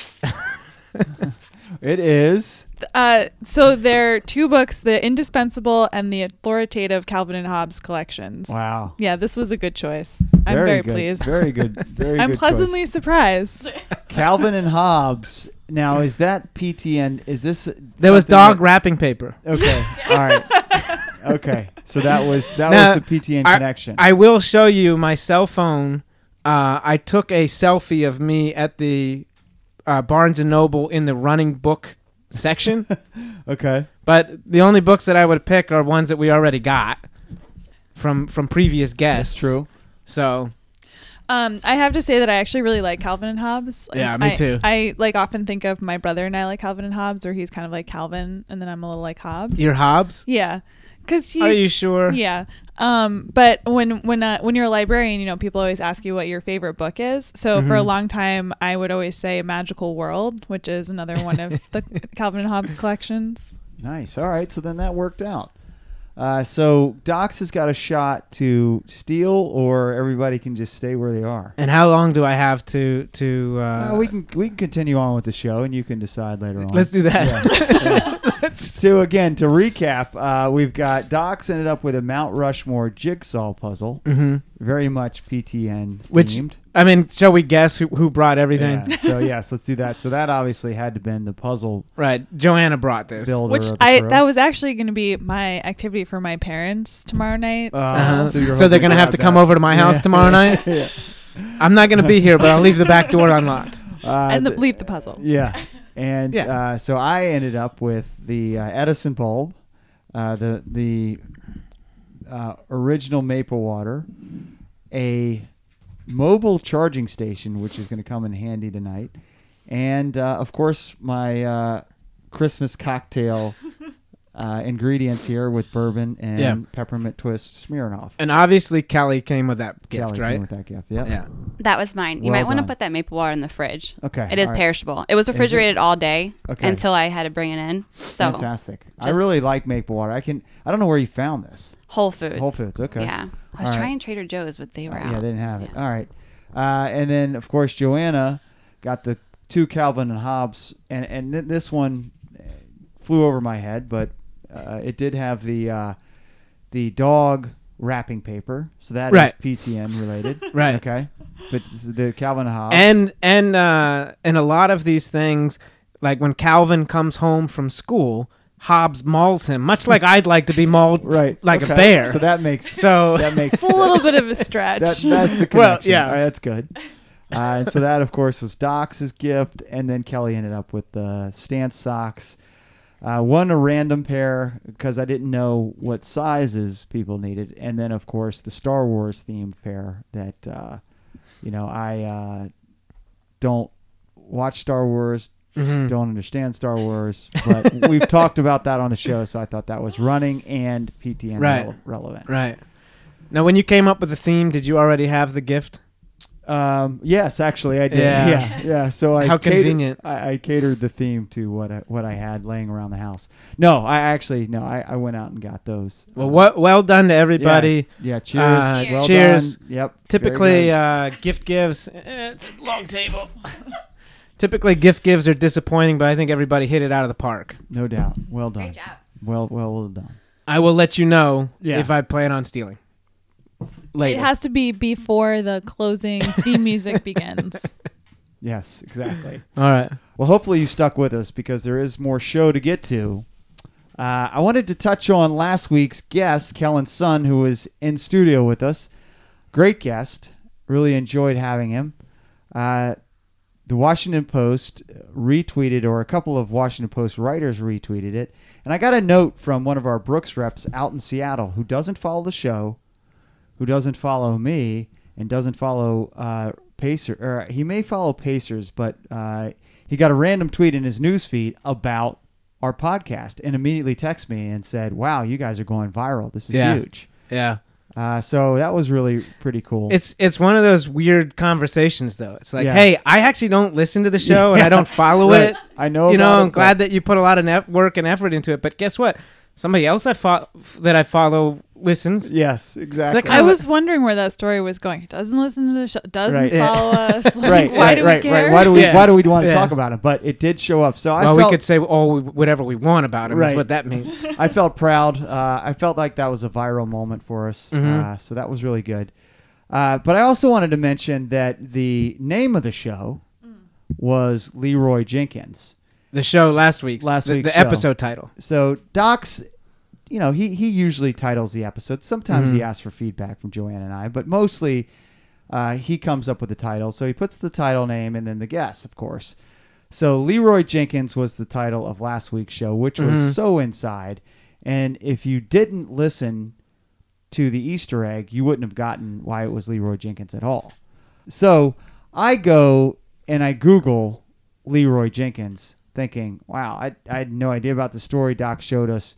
S1: It is.
S2: Uh, so there are two books: the indispensable and the authoritative Calvin and Hobbes collections.
S1: Wow.
S2: Yeah, this was a good choice. I'm very,
S1: good.
S2: pleased.
S1: Very good. Very
S2: I'm
S1: good choice.
S2: pleasantly surprised.
S1: Calvin and Hobbes. Now, is that PTN? Is this
S3: There was
S1: something
S3: dog
S1: that-
S3: wrapping paper.
S1: Okay. All right. Okay. So that was that
S3: Now,
S1: was the PTN
S3: I-
S1: connection.
S3: I will show you my cell phone. Uh, I took a selfie of me at the uh, Barnes and Noble in the running book section,
S1: okay.
S3: but the only books that I would pick are ones that we already got from from previous guests.
S1: That's true.
S3: So
S2: Um, I have to say that I actually really like Calvin and Hobbes. Like,
S3: Yeah, me
S2: I-
S3: too.
S2: I like often think of my brother and I like Calvin and Hobbes, where he's kind of like Calvin, and then I'm a little like Hobbes.
S3: your Hobbs?
S2: yeah, because he.
S3: Are you sure?
S2: Yeah. Um, but when when uh, when you're a librarian, you know people always ask you what your favorite book is. So for a
S1: Mm-hmm.
S2: long time, I would always say Magical World, which is another one of the Calvin and Hobbes collections.
S1: Nice. All right. So then that worked out. Uh, so Docs has got a shot to steal, or everybody can just stay where they are.
S3: And how long do I have to to? Uh,
S1: Uh, we can we can continue on with the show, and you can decide later on.
S3: Let's do that.
S1: So again, to recap, uh, we've got Docs ended up with a Mount Rushmore jigsaw puzzle,
S3: hmm
S1: very much PTN
S3: Which
S1: themed.
S3: I mean, shall we guess who, who brought everything?
S1: Yeah, so yes, let's do that. So that obviously had to been the puzzle
S3: Right, Joanna brought this.
S1: builder.
S2: Which
S1: of the
S2: I
S1: crew.
S2: that was actually going to be my activity for my parents tomorrow night. so-
S1: Uh-huh. So
S3: So,
S1: you're
S3: they're
S1: hoping to
S3: gonna have
S1: have
S3: to come
S1: that.
S3: over to my house
S1: Yeah.
S3: tomorrow night.
S1: Yeah.
S3: I'm not gonna be here, but I'll leave the back door unlocked.
S1: Uh,
S2: and the,
S1: th-
S2: leave the puzzle.
S1: yeah, and
S3: Yeah.
S1: Uh, so I ended up with the uh, Edison bulb, uh, the the uh, original maple water, a mobile charging station, which is going to come in handy tonight, and uh, of course my uh, Christmas cocktail uh, ingredients here with bourbon and
S3: Yeah.
S1: peppermint twist Smirnoff.
S3: And obviously, Kelly came with that gift,
S1: Kelly came
S3: right?
S1: With that gift, yep.
S3: Yeah.
S4: That was mine. You
S1: Well
S4: might want to
S1: done.
S4: put that maple water in the fridge.
S1: Okay,
S4: It is
S1: all right.
S4: perishable. It was refrigerated all day
S1: Okay.
S4: until I had to bring it in. So
S1: Fantastic. I
S4: just-
S1: really like maple water. I can. I don't know where you found this.
S4: Whole Foods.
S1: Whole Foods, okay.
S4: Yeah. I
S1: All
S4: was
S1: right.
S4: trying Trader Joe's, but they were out.
S1: Yeah, they didn't have it.
S4: Yeah.
S1: All right. Uh, and then, of course, Joanna got the two Calvin and Hobbes, and and th- this one eh, flew over my head, but uh, it did have the uh, the dog wrapping paper, so that is
S3: Right.
S1: PTN related,
S3: Right.
S1: Okay, but this is the Calvin and Hobbes
S3: And and uh, and a lot of these things, like when Calvin comes home from school, Hobbes mauls him, much like I'd like to be mauled,
S1: right
S3: like
S1: okay.
S3: a bear.
S1: So that makes
S3: So-
S1: that makes
S2: It's a little bit of a stretch.
S1: that, that's the connection.
S3: Well, yeah.
S1: All right, that's good. Uh, and so that, of course, was Doc's gift, and then Kelly ended up with the Stance socks. Uh, one a random pair because I didn't know what sizes people needed, and then of course the Star Wars themed pair that uh, you know I uh, don't watch Star Wars,
S3: Mm-hmm.
S1: don't understand Star Wars, but we've talked about that on the show, so I thought that was running and PTN
S3: Right.
S1: rele- relevant.
S3: right. Now, when you came up with the theme, did you already have the gift?
S1: Um, yes, actually, I did.
S3: Yeah.
S1: Yeah, yeah. So I
S3: How
S1: catered-
S3: convenient.
S1: I, I catered the theme to what I, what I had laying around the house. No, I actually no, I, I went out and got those. Um,
S3: Well, what, well done to
S1: Yeah,
S3: everybody.
S1: Yeah, cheers.
S3: Uh,
S1: well
S3: Cheers.
S1: done. Yep. very
S3: Typically,
S1: good.
S3: uh, gift gives. eh, it's a long table. Typically, gift gives are disappointing, but I think everybody hit it out of the park.
S1: no doubt. Well done.
S4: Great job.
S1: Well, well, well done.
S3: I will let you know
S1: Yeah.
S3: if I plan on stealing.
S2: it
S3: Later.
S2: has to be before the closing theme music begins.
S1: Yes, exactly.
S3: All right.
S1: Well, hopefully you stuck with us because there is more show to get to. Uh, I wanted to touch on last week's guest, Kellen Sun, who was in studio with us. Great guest. Really enjoyed having him. Uh, the Washington Post retweeted, or a couple of Washington Post writers retweeted it. And I got a note from one of our Brooks reps out in Seattle who doesn't follow the show, who doesn't follow me and doesn't follow uh, Pacer, or he may follow Pacers, but uh, he got a random tweet in his news feed about our podcast and immediately texted me and said, "Wow, you guys are going viral. This is
S3: Yeah.
S1: huge."
S3: Yeah.
S1: Uh, so that was really pretty cool.
S3: It's it's one of those weird conversations though. It's like,
S1: Yeah.
S3: hey, I actually don't listen to the show and I don't follow
S1: Right. Oh,
S3: it.
S1: I know
S3: You know,
S1: about
S3: I'm
S1: it,
S3: glad that you put a lot of net work and effort into it. But guess what? Somebody else I fo- that I follow listens.
S1: yes, exactly.
S3: kind
S2: I was wondering where that story was going. He doesn't listen to the show, doesn't
S1: Right.
S3: Yeah.
S2: follow us. Like,
S1: right,
S2: why
S1: right,
S2: do
S1: right,
S2: we care?
S1: right. Why do we?
S3: Yeah.
S1: Why do we want to
S3: Yeah.
S1: talk about it? But it did show up. So I
S3: well,
S1: felt
S3: we could say all we, whatever we want about him. Is
S1: Right.
S3: what that means.
S1: I felt proud. Uh, I felt like that was a viral moment for us.
S3: Mhm.
S1: Uh, so that was really good. Uh, but I also wanted to mention that the name of the show
S3: Mm.
S1: was Leroy Jenkins.
S3: the show last week's
S1: Last
S3: the,
S1: week's
S3: the
S1: show.
S3: episode title.
S1: So Doc's, you know, he he usually titles the episode. Sometimes he asks for feedback from Joanne and I, but mostly uh, he comes up with the title. So he puts the title name and then the guest, of course. So Leroy Jenkins was the title of last week's show, which was so inside. And if you didn't listen to the Easter egg, you wouldn't have gotten why it was Leroy Jenkins at all. So I go and I Google Leroy Jenkins, thinking, "Wow, I, I had no idea about the story Doc showed us."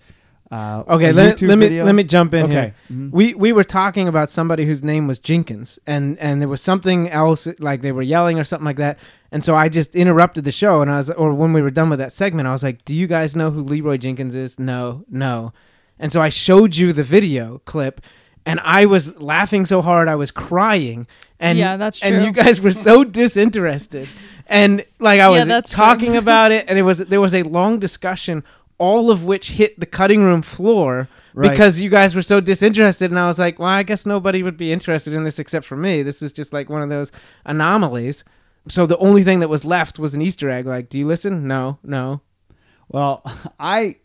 S1: Uh,
S3: Okay,
S1: a
S3: let,
S1: YouTube
S3: let me
S1: video.
S3: let me jump in
S1: Okay.
S3: here.
S1: Mhm.
S3: We we were talking about somebody whose name was Jenkins, and and there was something else like they were yelling or something like that, and so I just interrupted the show, and I was or when we were done with that segment, I was like, "Do you guys know who Leroy Jenkins is?" No, no, and so I showed you the video clip, and I was laughing so hard I was crying, and
S2: Yeah, that's
S3: and
S2: true.
S3: you guys were so disinterested, and like I
S2: Yeah,
S3: was
S2: that's true.
S3: talking about it, and it was there was a long discussion, all of which hit the cutting room floor
S1: Right.
S3: because you guys were so disinterested, and I was like, well, I guess nobody would be interested in this except for me. This is just like one of those anomalies. So the only thing that was left was an Easter egg. Like, do you listen? No, no.
S1: Well, I,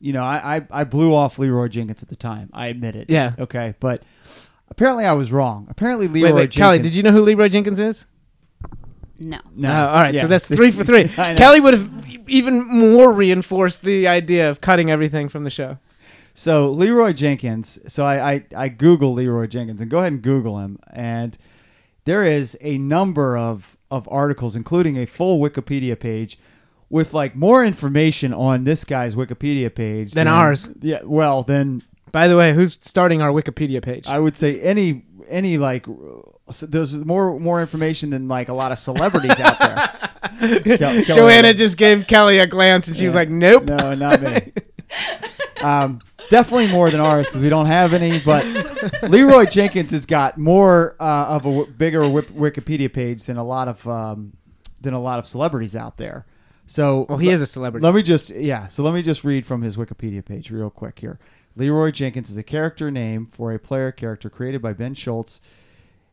S1: you know, I, I, I blew off Leroy Jenkins at the time. I admit it.
S3: Yeah.
S1: Okay, but apparently I was wrong. Apparently Leroy
S3: wait, wait,
S1: Jenkins.
S3: Kelly, did you know who Leroy Jenkins is?
S4: No.
S1: No.
S3: Oh, all right,
S1: Yeah.
S3: so that's three for three.
S1: I know.
S3: Kelly would have e- even more reinforced the idea of cutting everything from the show.
S1: So Leroy Jenkins. So I, I I Google Leroy Jenkins and go ahead and Google him, and there is a number of of articles, including a full Wikipedia page, with like more information on this guy's Wikipedia page
S3: Than ours.
S1: Yeah, well, then
S3: By the way, who's starting our Wikipedia page?
S1: I would say any any like so there's more more information than like a lot of celebrities out there. Kel- Kelly-
S3: Joanna just gave Kelly a glance and she was
S1: Yeah.
S3: like, nope.
S1: No, not me. um, definitely more than ours because we don't have any. But Leroy Jenkins has got more uh, of a w- bigger wip- Wikipedia page than a lot of um, than a lot of celebrities out there. So
S3: Well, he is a celebrity.
S1: let me just yeah. So let me just read from his Wikipedia page real quick here. Leroy Jenkins is a character name for a player character created by Ben Schultz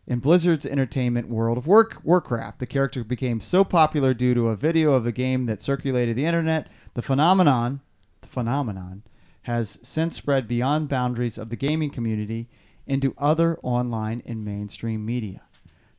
S1: in Blizzard's entertainment world of Work, Warcraft. The character became so popular due to a video of the game that circulated the internet. The phenomenon, the phenomenon, has since spread beyond boundaries of the gaming community into other online and mainstream media.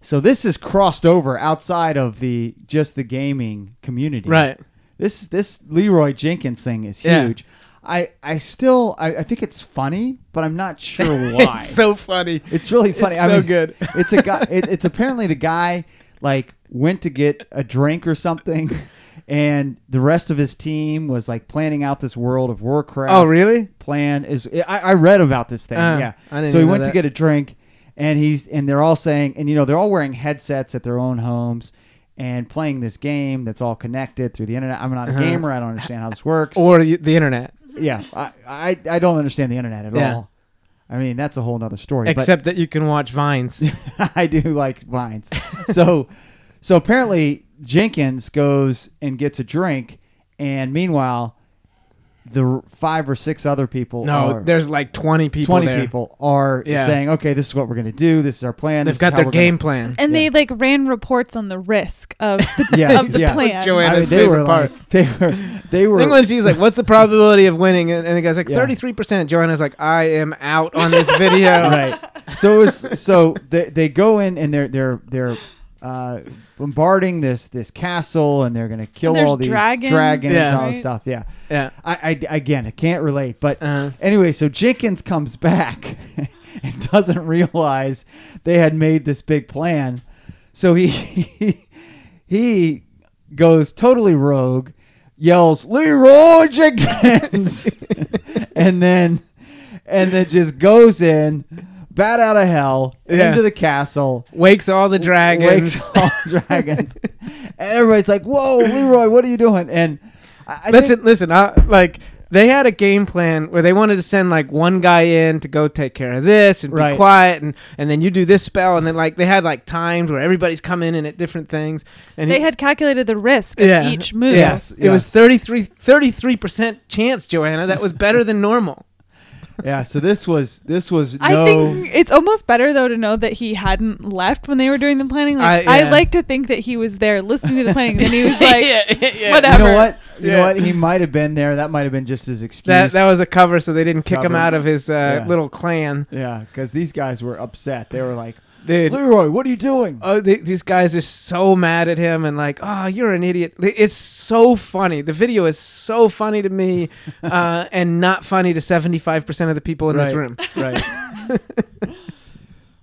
S1: So this is crossed over outside of the just the gaming community.
S3: Right.
S1: This this Leroy Jenkins thing is
S3: Yeah.
S1: huge. I, I still I, I think it's funny, but I'm not sure why.
S3: It's so funny.
S1: It's really funny.
S3: It's
S1: I
S3: so
S1: mean,
S3: good.
S1: it's a guy. It, it's apparently the guy like went to get a drink or something, and the rest of his team was like planning out this World of Warcraft.
S3: Oh, really?
S1: Plan is I, I read about this thing.
S3: Uh,
S1: yeah.
S3: I didn't
S1: so he
S3: know
S1: went to
S3: that.
S1: get a drink, and he's and they're all saying, and you know they're all wearing headsets at their own homes. And playing this game that's all connected through the internet. I'm not a gamer. I don't understand how this works
S3: Uh-huh. Or you, the internet.
S1: yeah, I, I I don't understand the internet at
S3: Yeah.
S1: all. I mean, that's a whole nother story.
S3: Except that you can watch vines.
S1: but I do like vines. so so apparently Jenkins goes and gets a drink, and meanwhile, the r- five or six other people
S3: No,
S1: are,
S3: there's like 20 people
S1: 20
S3: there.
S1: people are
S3: Yeah.
S1: saying, okay, this is what we're going to do. This is our plan.
S3: They've
S1: this
S3: got
S1: is how
S3: their
S1: we're gonna-"
S3: game plan.
S2: And they like ran reports on the risk of the,
S1: Yeah,
S2: of the
S1: yeah.
S2: plan.
S3: Joanne.
S1: I mean,
S3: His
S1: they were
S3: favorite part.
S1: like, they were, they were,
S3: Then when she's like, "What's the probability of winning?" and, and the guy's like,
S1: Yeah.
S3: "33 percent." Joanna's like, "I am out on this video."
S1: right. So it was so they, they go in and they're they're they're uh, bombarding this this castle and they're gonna kill
S2: there's
S1: all these
S2: dragons,
S1: dragons
S3: Yeah.
S1: and all this
S2: right?
S1: stuff. Yeah.
S3: Yeah.
S1: I, I again I can't relate, but
S3: Uh-huh.
S1: anyway, so Jenkins comes back and doesn't realize they had made this big plan. So he he, he goes totally rogue, yells Leroy Jenkins, and then and then just goes in, bat out of hell
S3: Yeah.
S1: into the castle.
S3: Wakes all the dragons.
S1: Wakes all dragons, and everybody's like, "Whoa, Leroy, what are you doing?" And I, I
S3: listen, listen. I, like they had a game plan where they wanted to send like one guy in to go take care of this and
S1: Right.
S3: be quiet, and and then you do this spell, and then like they had like times where everybody's coming in at different things, and
S2: They
S3: he-
S2: had calculated the risk
S3: Yeah.
S2: of each move.
S1: Yes.
S3: It was 33 percent chance, Joanna. That was better than normal.
S1: Yeah, so this was this was no.
S2: I think it's almost better though to know that he hadn't left when they were doing the planning. Like
S3: I-
S2: I,
S3: yeah.
S2: like to think that he was there listening to the planning, and then he was like,
S1: you
S2: whatever.
S1: know what? You know
S3: Yeah.
S1: what? He might have been there. That might have been just his excuse.
S3: That that was a cover, so they didn't kick him
S1: Cover.
S3: out of his uh,
S1: Yeah.
S3: little clan.
S1: yeah, because these guys were upset. They were like,
S3: Dude,
S1: "Leroy, what are you doing?"
S3: oh, th- these guys are so mad at him and like, oh, you're an idiot. Th- It's so funny. The video is so funny to me, uh, and not funny to seventy five percent of the people in this room.
S1: right.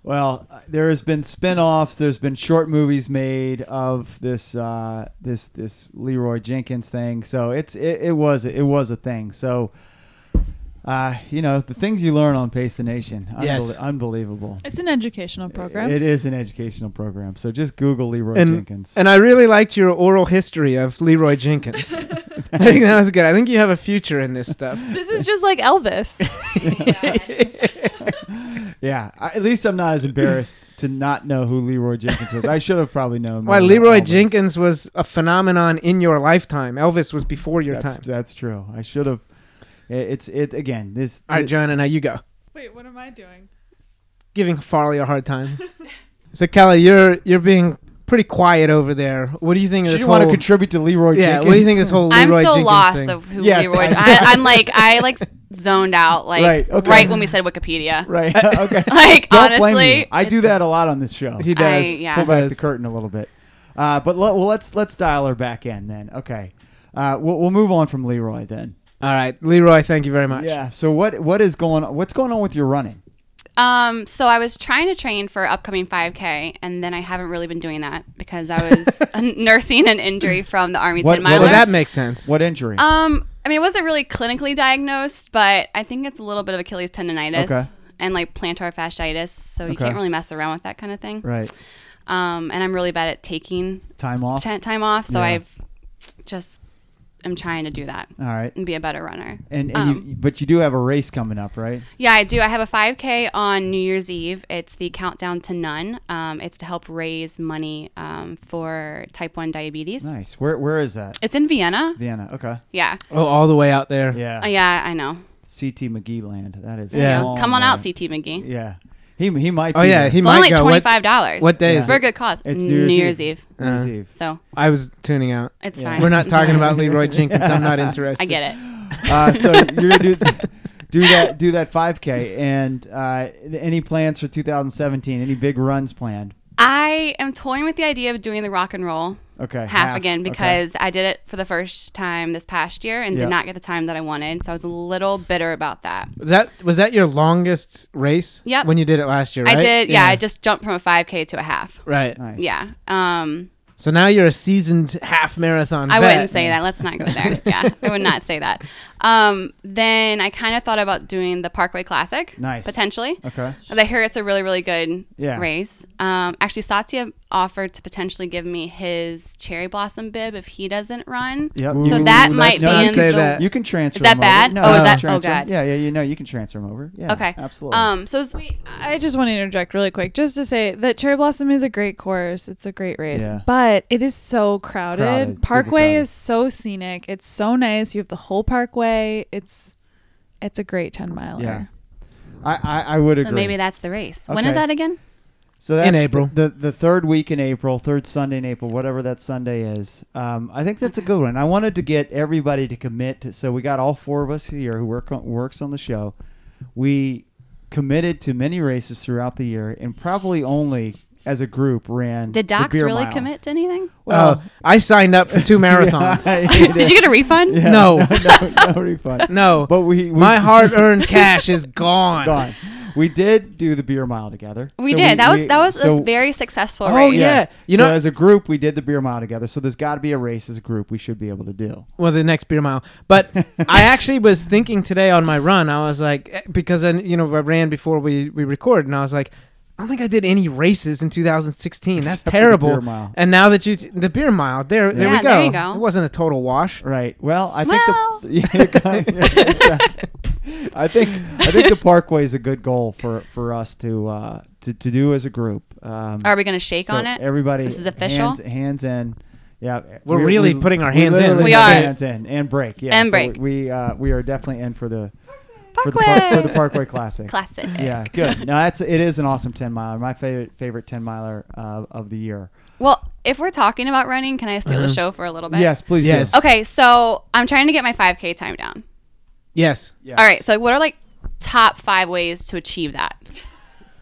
S1: well, uh, there has been spin-offs. There's been short movies made of this uh, this this Leroy Jenkins thing. So it's it, it was it was a thing. So. Uh, you know the things you learn on Pace the Nation, Unbel-
S3: Yes.
S1: unbelievable.
S2: It's an educational program.
S1: It is an educational program. So just Google Leroy
S3: And-
S1: Jenkins.
S3: And I really liked your oral history of Leroy Jenkins. I think that was good. I think you have a future in this stuff.
S2: this is just like Elvis.
S1: Yeah, I, at least I'm not as embarrassed to not know who Leroy Jenkins was. I should have probably known.
S3: Why
S1: more about
S3: Leroy
S1: Elvis.
S3: Jenkins was a phenomenon in your lifetime. Elvis was before your
S1: That's,
S3: time.
S1: that's true. I should have. it- It's it again. This
S3: All right, Joanna, now you go.
S2: Wait, what am I doing?
S3: giving Farley a hard time. so Kelly, you're you're being pretty quiet over there. What do you think of
S1: She
S3: this
S1: didn't
S3: whole?
S1: want to contribute to Leroy
S3: yeah,
S1: Jenkins.
S3: what do you think of this whole?
S4: I'm
S3: Leroy
S4: still
S3: Jenkins
S4: lost
S3: thing?
S4: of who
S1: Yes,
S4: Leroy.
S1: I-
S4: I, I, am like I like zoned out like
S1: Right,
S4: right,
S1: okay.
S4: when we said Wikipedia.
S1: Right. okay.
S4: Like
S1: Don't
S4: honestly,
S1: blame you. I do
S4: it's-
S1: that a lot on this show.
S3: He
S4: I-
S3: does.
S4: yeah.
S1: Pull back
S3: does.
S1: the curtain a little bit. Uh, but let, well, let's let's dial her back in then. Okay. Uh, we'll, we'll move on from Leroy then.
S3: All right, Leroy, thank you very much.
S1: Yeah. So what what is going on? What's going on with your running?
S4: Um, so I was trying to train for upcoming 5K, and then I haven't really been doing that because I was nursing an injury from the Army
S1: What-
S4: 10
S1: what
S4: miler.
S1: did
S3: Well, that makes sense.
S1: What injury?
S4: Um, I mean, it wasn't really clinically diagnosed, but I think it's a little bit of Achilles tendonitis
S1: Okay.
S4: and like plantar fasciitis. So you
S1: Okay.
S4: can't really mess around with that kind of thing.
S1: right.
S4: Um, and I'm really bad at taking
S1: Time off.
S4: ti- time off, so
S1: Yeah.
S4: I've just am trying to do that
S1: All right.
S4: and be a better runner.
S1: And, and
S4: um,
S1: you, but you do have a race coming up, right?
S4: Yeah, I do. I have a 5K on New Year's Eve. It's the Countdown to None. Um, it's to help raise money um, for type 1 diabetes.
S1: Nice. Where where is that?
S4: It's in Vienna.
S1: Vienna. Okay.
S4: Yeah.
S3: Oh, all the way out there.
S1: Yeah.
S4: Uh, yeah, I know.
S1: CT McGee land. That is. a
S3: Yeah.
S1: long
S4: Come on out,
S1: way.
S4: CT McGee.
S1: Oh, Yeah. He he might.
S3: Oh
S1: be
S3: yeah,
S1: there.
S3: he
S4: It's
S3: might
S4: only like
S3: go. What-
S4: twenty five dollars.
S3: what day is
S4: It's for
S3: it?
S4: a good cause.
S1: It's New Year's Eve.
S3: Uh,
S1: New Year's Eve.
S4: So
S3: I was tuning out.
S4: it's
S1: Yeah.
S4: fine.
S3: We're not
S4: It's
S3: talking
S4: fine.
S3: about Leroy Jenkins. I'm not interested.
S4: I get it.
S1: Uh, so you're gonna do do that do that 5K and uh, any plans for 2017? Any big runs planned?
S4: I am toying with the idea of doing the rock and roll
S1: Okay.
S4: half,
S1: half,
S4: again
S1: okay.
S4: because I did it for the first time this past year and
S1: Yeah.
S4: did not get the time that I wanted. So I was a little bitter about that.
S3: Was that was that your longest race?
S4: Yep.
S3: When you did it last year, right?
S4: I did, yeah, I just jumped from a 5K to a half.
S3: Right.
S1: Nice.
S4: Yeah. Um,
S3: So now you're a seasoned half marathon.
S4: I
S3: vet.
S4: wouldn't say that. Let's not go there. Yeah, I would not say that. Um, then I kind of thought about doing the Parkway Classic.
S1: Nice.
S4: Potentially.
S1: Okay.
S4: Because I hear it's a really, really good
S1: Yeah.
S4: race. Um, actually, Satya offered to potentially give me his cherry blossom bib if he doesn't run.
S1: Yep.
S3: Ooh,
S4: So that
S3: let's
S4: might be
S3: not
S4: in
S3: say
S4: the-
S3: that.
S1: You can transfer.
S4: Is that
S1: them over.
S4: bad?
S1: No,
S4: Oh,
S1: you
S4: is
S1: can
S4: that- oh,
S1: transfer 'em.
S4: God.
S1: Yeah, yeah, you know, you can transfer them over. Yeah.
S4: Okay.
S1: Absolutely.
S4: Um, so it's,
S2: I just want to interject really quick just to say that Cherry Blossom is a great course. It's a great race,
S1: Yeah.
S2: but it is so crowded.
S1: Crowded, super
S2: Parkway
S1: crowded.
S2: is so scenic. It's so nice. You have the whole parkway. It's it's a great 10 miler.
S1: Yeah. I, I, I would
S4: so
S1: agree.
S4: maybe that's the race. When is
S1: Okay.
S4: that again?
S1: So that's
S3: In
S1: the-
S3: April.
S1: the, the third week in April, third Sunday in April, whatever that Sunday is. Um, I think that's a good one. I wanted to get everybody to commit. To, so we got all four of us here who work on, works on the show. We committed to many races throughout the year, and probably only as a group ran.
S4: Did
S1: the
S4: Docs
S1: beer
S4: really
S1: mile.
S4: commit to anything?
S1: Well,
S3: oh, I signed up for two marathons.
S4: Did you get a refund?
S1: Yeah,
S3: No.
S1: no, no refund.
S3: No,
S1: But we, we
S3: my hard-earned cash is gone.
S1: gone. We did do the beer mile together.
S4: We
S1: So
S4: did. that was
S1: we-
S4: that was
S1: so-
S4: a very successful
S3: Oh,
S4: race.
S3: yeah.
S1: You
S3: You
S1: know,
S3: know-
S1: as a group, we did the beer mile together. So there's got to be a race as a group we should be able to do.
S3: Well, the next beer mile. But I actually was thinking today on my run. I was like, eh, because I, you know, I ran before we we record, and I was like, I don't think I did any races in 2016.
S1: Except
S3: That's
S1: for the beer
S3: terrible.
S1: mile.
S3: And now that you t- the beer mile, there, there
S4: Yeah,
S3: we go.
S4: there you go.
S3: It wasn't a total wash.
S1: Right. Well, I
S4: Well.
S1: think the, yeah, I think I think the parkway is a good goal for for us to uh, to to do as a group. Um,
S4: Are we going to shake
S1: so
S4: on it?
S1: Everybody,
S4: This is official?
S1: Hands, hands in. Yeah,
S3: We're
S1: we-
S3: really
S1: we-
S3: putting our
S1: we
S3: hands in.
S1: literally
S4: We
S1: have
S4: are.
S1: hands in and break. Yeah,
S4: And
S1: so
S4: break.
S1: We uh, we are definitely in for the for the,
S4: Parkway.
S1: par- for the Parkway Classic.
S4: Classic.
S1: Yeah, good. No, that's it is an awesome ten miler. My favorite favorite ten miler uh, of the year.
S4: Well, if we're talking about running, can I steal the show for a little bit?
S1: Yes, please.
S3: Yes.
S1: Do.
S4: Okay, so I'm trying to get my 5K time down.
S3: Yes.
S1: Yes.
S4: All right, so what are like top five ways to achieve that?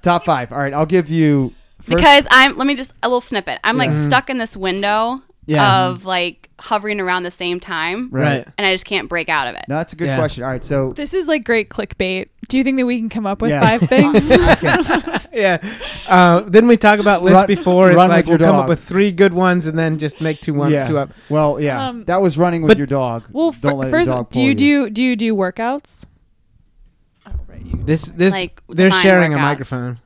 S1: Top five. All right, I'll give you first.
S4: Because I'm, let me just a little snippet. I'm like
S1: Mm-hmm.
S4: stuck in this window
S3: Yeah.
S4: of like hovering around the same time,
S1: Right.
S3: Right.
S4: and I just can't break out of it.
S1: no, that's a good
S3: Yeah.
S1: question. All right, so
S2: This is like great clickbait. Do you think that we can come up with
S1: Yeah.
S2: five things?
S3: Yeah. Uh, didn't we talk about lists
S1: Run-
S3: before? It's
S1: run with
S3: like
S1: your
S3: we'll come
S1: dog.
S3: up with three good ones and then just make two one
S1: yeah.
S3: two up.
S1: Well, yeah,
S2: Um,
S1: that was running with
S3: but-
S1: your dog.
S2: well,
S1: Don't
S2: fir-
S1: let
S2: first,
S1: your dog
S2: do
S1: pull
S2: you, do do you do workouts?
S3: This this
S4: Like,
S3: they're
S4: define
S3: sharing
S4: workouts.
S3: a microphone.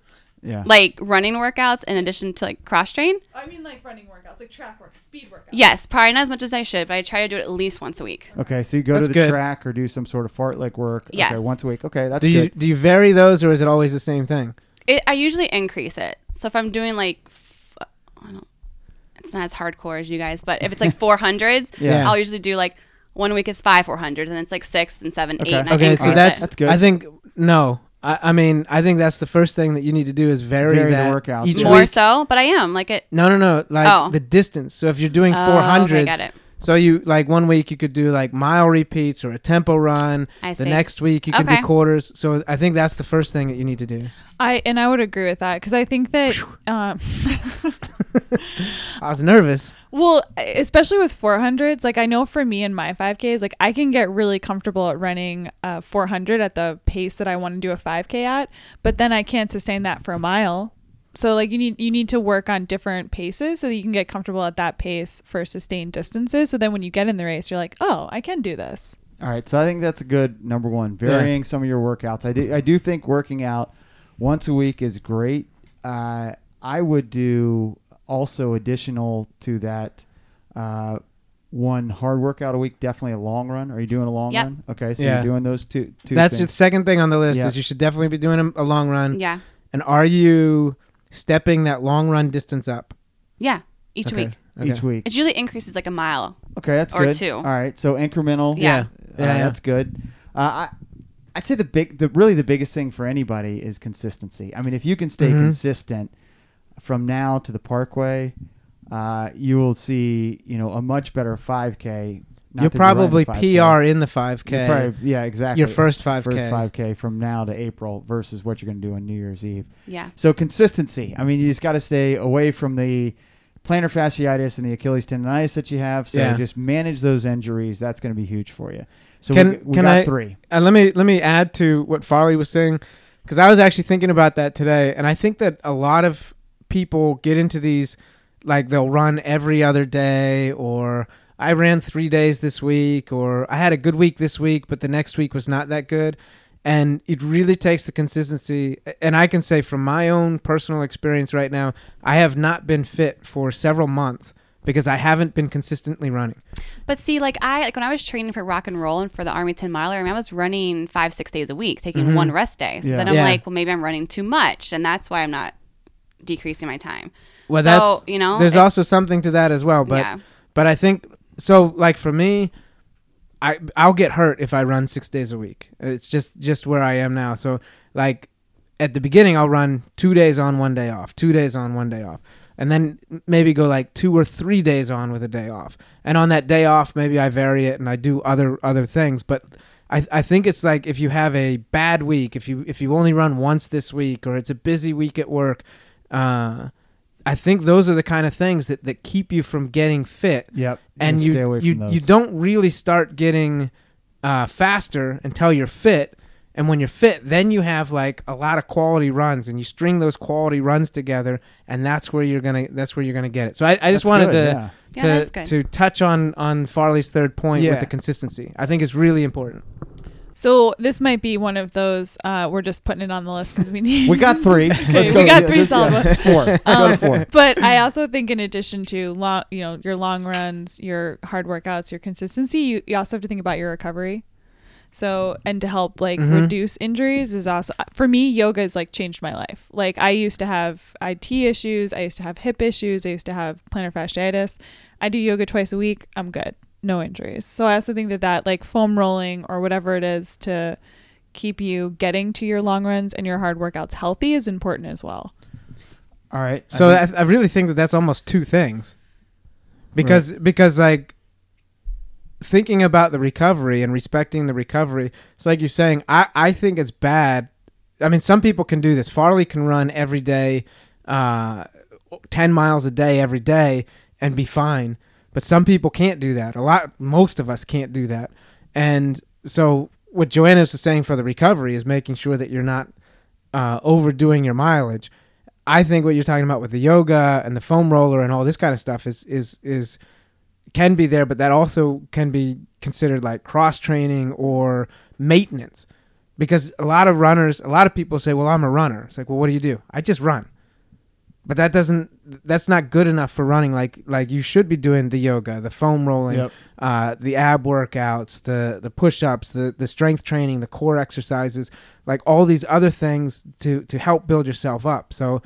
S1: Yeah.
S4: Like running workouts in addition to like cross train?
S2: I mean, like running workouts, like track work, speed workouts.
S4: Yes, probably not as much as I should, but I try to do it at least once a week.
S1: okay, so you go to
S3: That's
S1: the
S3: good.
S1: track or do some sort of fartlek work.
S4: Yes.
S1: Okay, once a week. Okay, that's
S3: Do you
S1: good.
S3: do you vary those or is it always the same thing?
S4: It, I usually increase it. So if I'm doing like, f- I don't, it's not as hardcore as you guys, but if it's like 400s,
S1: Yeah.
S4: I'll usually do like one week is five 400s, and it's like six and seven,
S1: Okay.
S4: eight. And I
S3: Okay,
S4: increase
S3: so
S4: it.
S3: that's
S1: That's good.
S3: I think no. I, I mean, I think that's the first thing that you need to do is vary,
S1: Vary the
S3: that
S1: workouts,
S3: each
S1: yeah.
S4: more
S3: week.
S4: so, but I am like it.
S3: No, no, no. Like
S4: Oh.
S3: the distance. So if you're doing
S4: Oh, okay,
S3: 400s,
S4: got it.
S3: So you like one week you could do like mile repeats or a tempo run.
S4: I
S3: the
S4: see.
S3: next week you could
S4: Okay.
S3: do quarters. So I think that's the first thing that you need to do.
S2: I and I would agree with that because I think that um,
S3: I was nervous.
S2: Well, especially with 400s, like I know for me and my 5Ks, like I can get really comfortable at running uh, 400 at the pace that I want to do a 5K at, but then I can't sustain that for a mile. So like you need you need to work on different paces so that you can get comfortable at that pace for sustained distances. So then when you get in the race, you're like, oh, I can do this.
S1: All right, so I think that's a good number one. Varying some of your workouts. I do, I do think working out once a week is great. Uh, I would do also additional to that uh, one hard workout a week. Definitely a long run. Are you doing a long
S4: Yep.
S1: run? Okay, so
S3: Yeah.
S1: you're doing those two. two
S3: that's
S1: things.
S3: the second thing on the list
S1: Yeah.
S3: is you should definitely be doing a, a long run.
S4: Yeah.
S3: And are you stepping that long run distance up
S4: Yeah. Each
S3: Okay.
S4: week.
S3: Okay.
S1: each week.
S4: It usually increases like a mile.
S1: Okay, that's
S4: or
S1: good.
S4: two.
S1: All right, so incremental.
S4: Yeah.
S1: Uh,
S3: Yeah, yeah.
S1: that's good. Uh, I, I'd say the big, the really the biggest thing for anybody is consistency. I mean, if you can stay
S3: Mhm.
S1: consistent from now to the Parkway, uh, you will see you know a much better 5K. not
S3: You'll
S1: that you're running
S3: probably
S1: 5K.
S3: PR in the 5K.
S1: You'll probably- yeah, exactly.
S3: Your first 5K.
S1: first 5K from now to April versus what you're going to do on New Year's Eve.
S4: Yeah.
S1: So consistency. I mean, you just got to stay away from the plantar fasciitis and the Achilles tendonitis that you have. So
S3: Yeah.
S1: just manage those injuries. That's going to be huge for you. So
S3: Can-
S1: we, we
S3: can
S1: got
S3: I-
S1: three.
S3: And let me let me add to what Farley was saying because I was actually thinking about that today, and I think that a lot of people get into these like they'll run every other day or I ran 3 days this week or I had a good week this week but the next week was not that good and it really takes the consistency and I can say from my own personal experience right now I have not been fit for several months because I haven't been consistently running.
S4: But see, like I like when I was training for rock and roll and for the Army Ten Miler, I mean, I was running five, six days a week, taking one rest day. So
S1: Mm-hmm. Yeah.
S4: then I'm
S3: Yeah.
S4: like, well, maybe I'm running too much, and that's why I'm not decreasing my time.
S3: Well,
S4: So,
S3: that's
S4: you know,
S3: There's
S4: it's-
S3: also something to that as well, but
S4: Yeah.
S3: but I think so. Like for me, I I'll get hurt if I run six days a week. It's just just where I am now. So like at the beginning, I'll run two days on, one day off, two days on, one day off, and then maybe go like two or three days on with a day off. And on that day off, maybe I vary it and I do other other things, but. I, I think it's like if you have a bad week, if you if you only run once this week, or it's a busy week at work, uh, I think those are the kind of things that, that keep you from getting fit.
S1: Yep.
S3: And
S1: Just
S3: you
S1: stay away
S3: you,
S1: from those.
S3: you don't really start getting uh, faster until you're fit. And when you're fit, then you have like a lot of quality runs, and you string those quality runs together, and that's where you're gonna that's where you're gonna get it. So I, I just
S1: That's
S3: wanted
S1: good,
S3: to
S4: Yeah. Yeah,
S3: to,
S4: that's good.
S3: to touch on on Farley's third point
S1: Yeah.
S3: with the consistency. I think it's really important.
S2: So this might be one of those uh, we're just putting it on the list because we need
S1: yeah. We got three. Let's
S2: we
S1: go.
S2: got
S1: Yeah,
S2: three
S1: this- yeah,
S2: solid
S1: it's four. Let's
S3: Um,
S1: go to four.
S2: Um, but I also think in addition to long, you know, your long runs, your hard workouts, your consistency, you, you also have to think about your recovery. So, and to help like
S1: Mm-hmm.
S3: Mhm.
S2: reduce injuries is also for me, yoga has like changed my life. Like I used to have IT issues. I used to have hip issues. I used to have plantar fasciitis. I do yoga twice a week. I'm good. No injuries. So I also think that that like foam rolling or whatever it is to keep you getting to your long runs and your hard workouts healthy is important as well.
S1: All right. I
S3: So
S1: think-
S3: I, I really think that that's almost two things, because because like thinking about the recovery and respecting the recovery. It's like you're saying. I I think it's bad. I mean, some people can do this. Farley can run every day, uh, ten miles a day every day, and be fine. But some people can't do that. A lot, most of us can't do that. And so what Joanna was saying for the recovery is making sure that you're not uh, overdoing your mileage. I think what you're talking about with the yoga and the foam roller and all this kind of stuff is is is can be there, but that also can be considered like cross training or maintenance, because a lot of runners, a lot of people say, "Well, I'm a runner." It's like, well, what do you do? I just run, but that doesn't that's not good enough for running. Like like you should be doing the yoga, the foam rolling,
S1: Yep.
S3: uh, the ab workouts, the the push ups, the the strength training, the core exercises, like all these other things to to help build yourself up. So.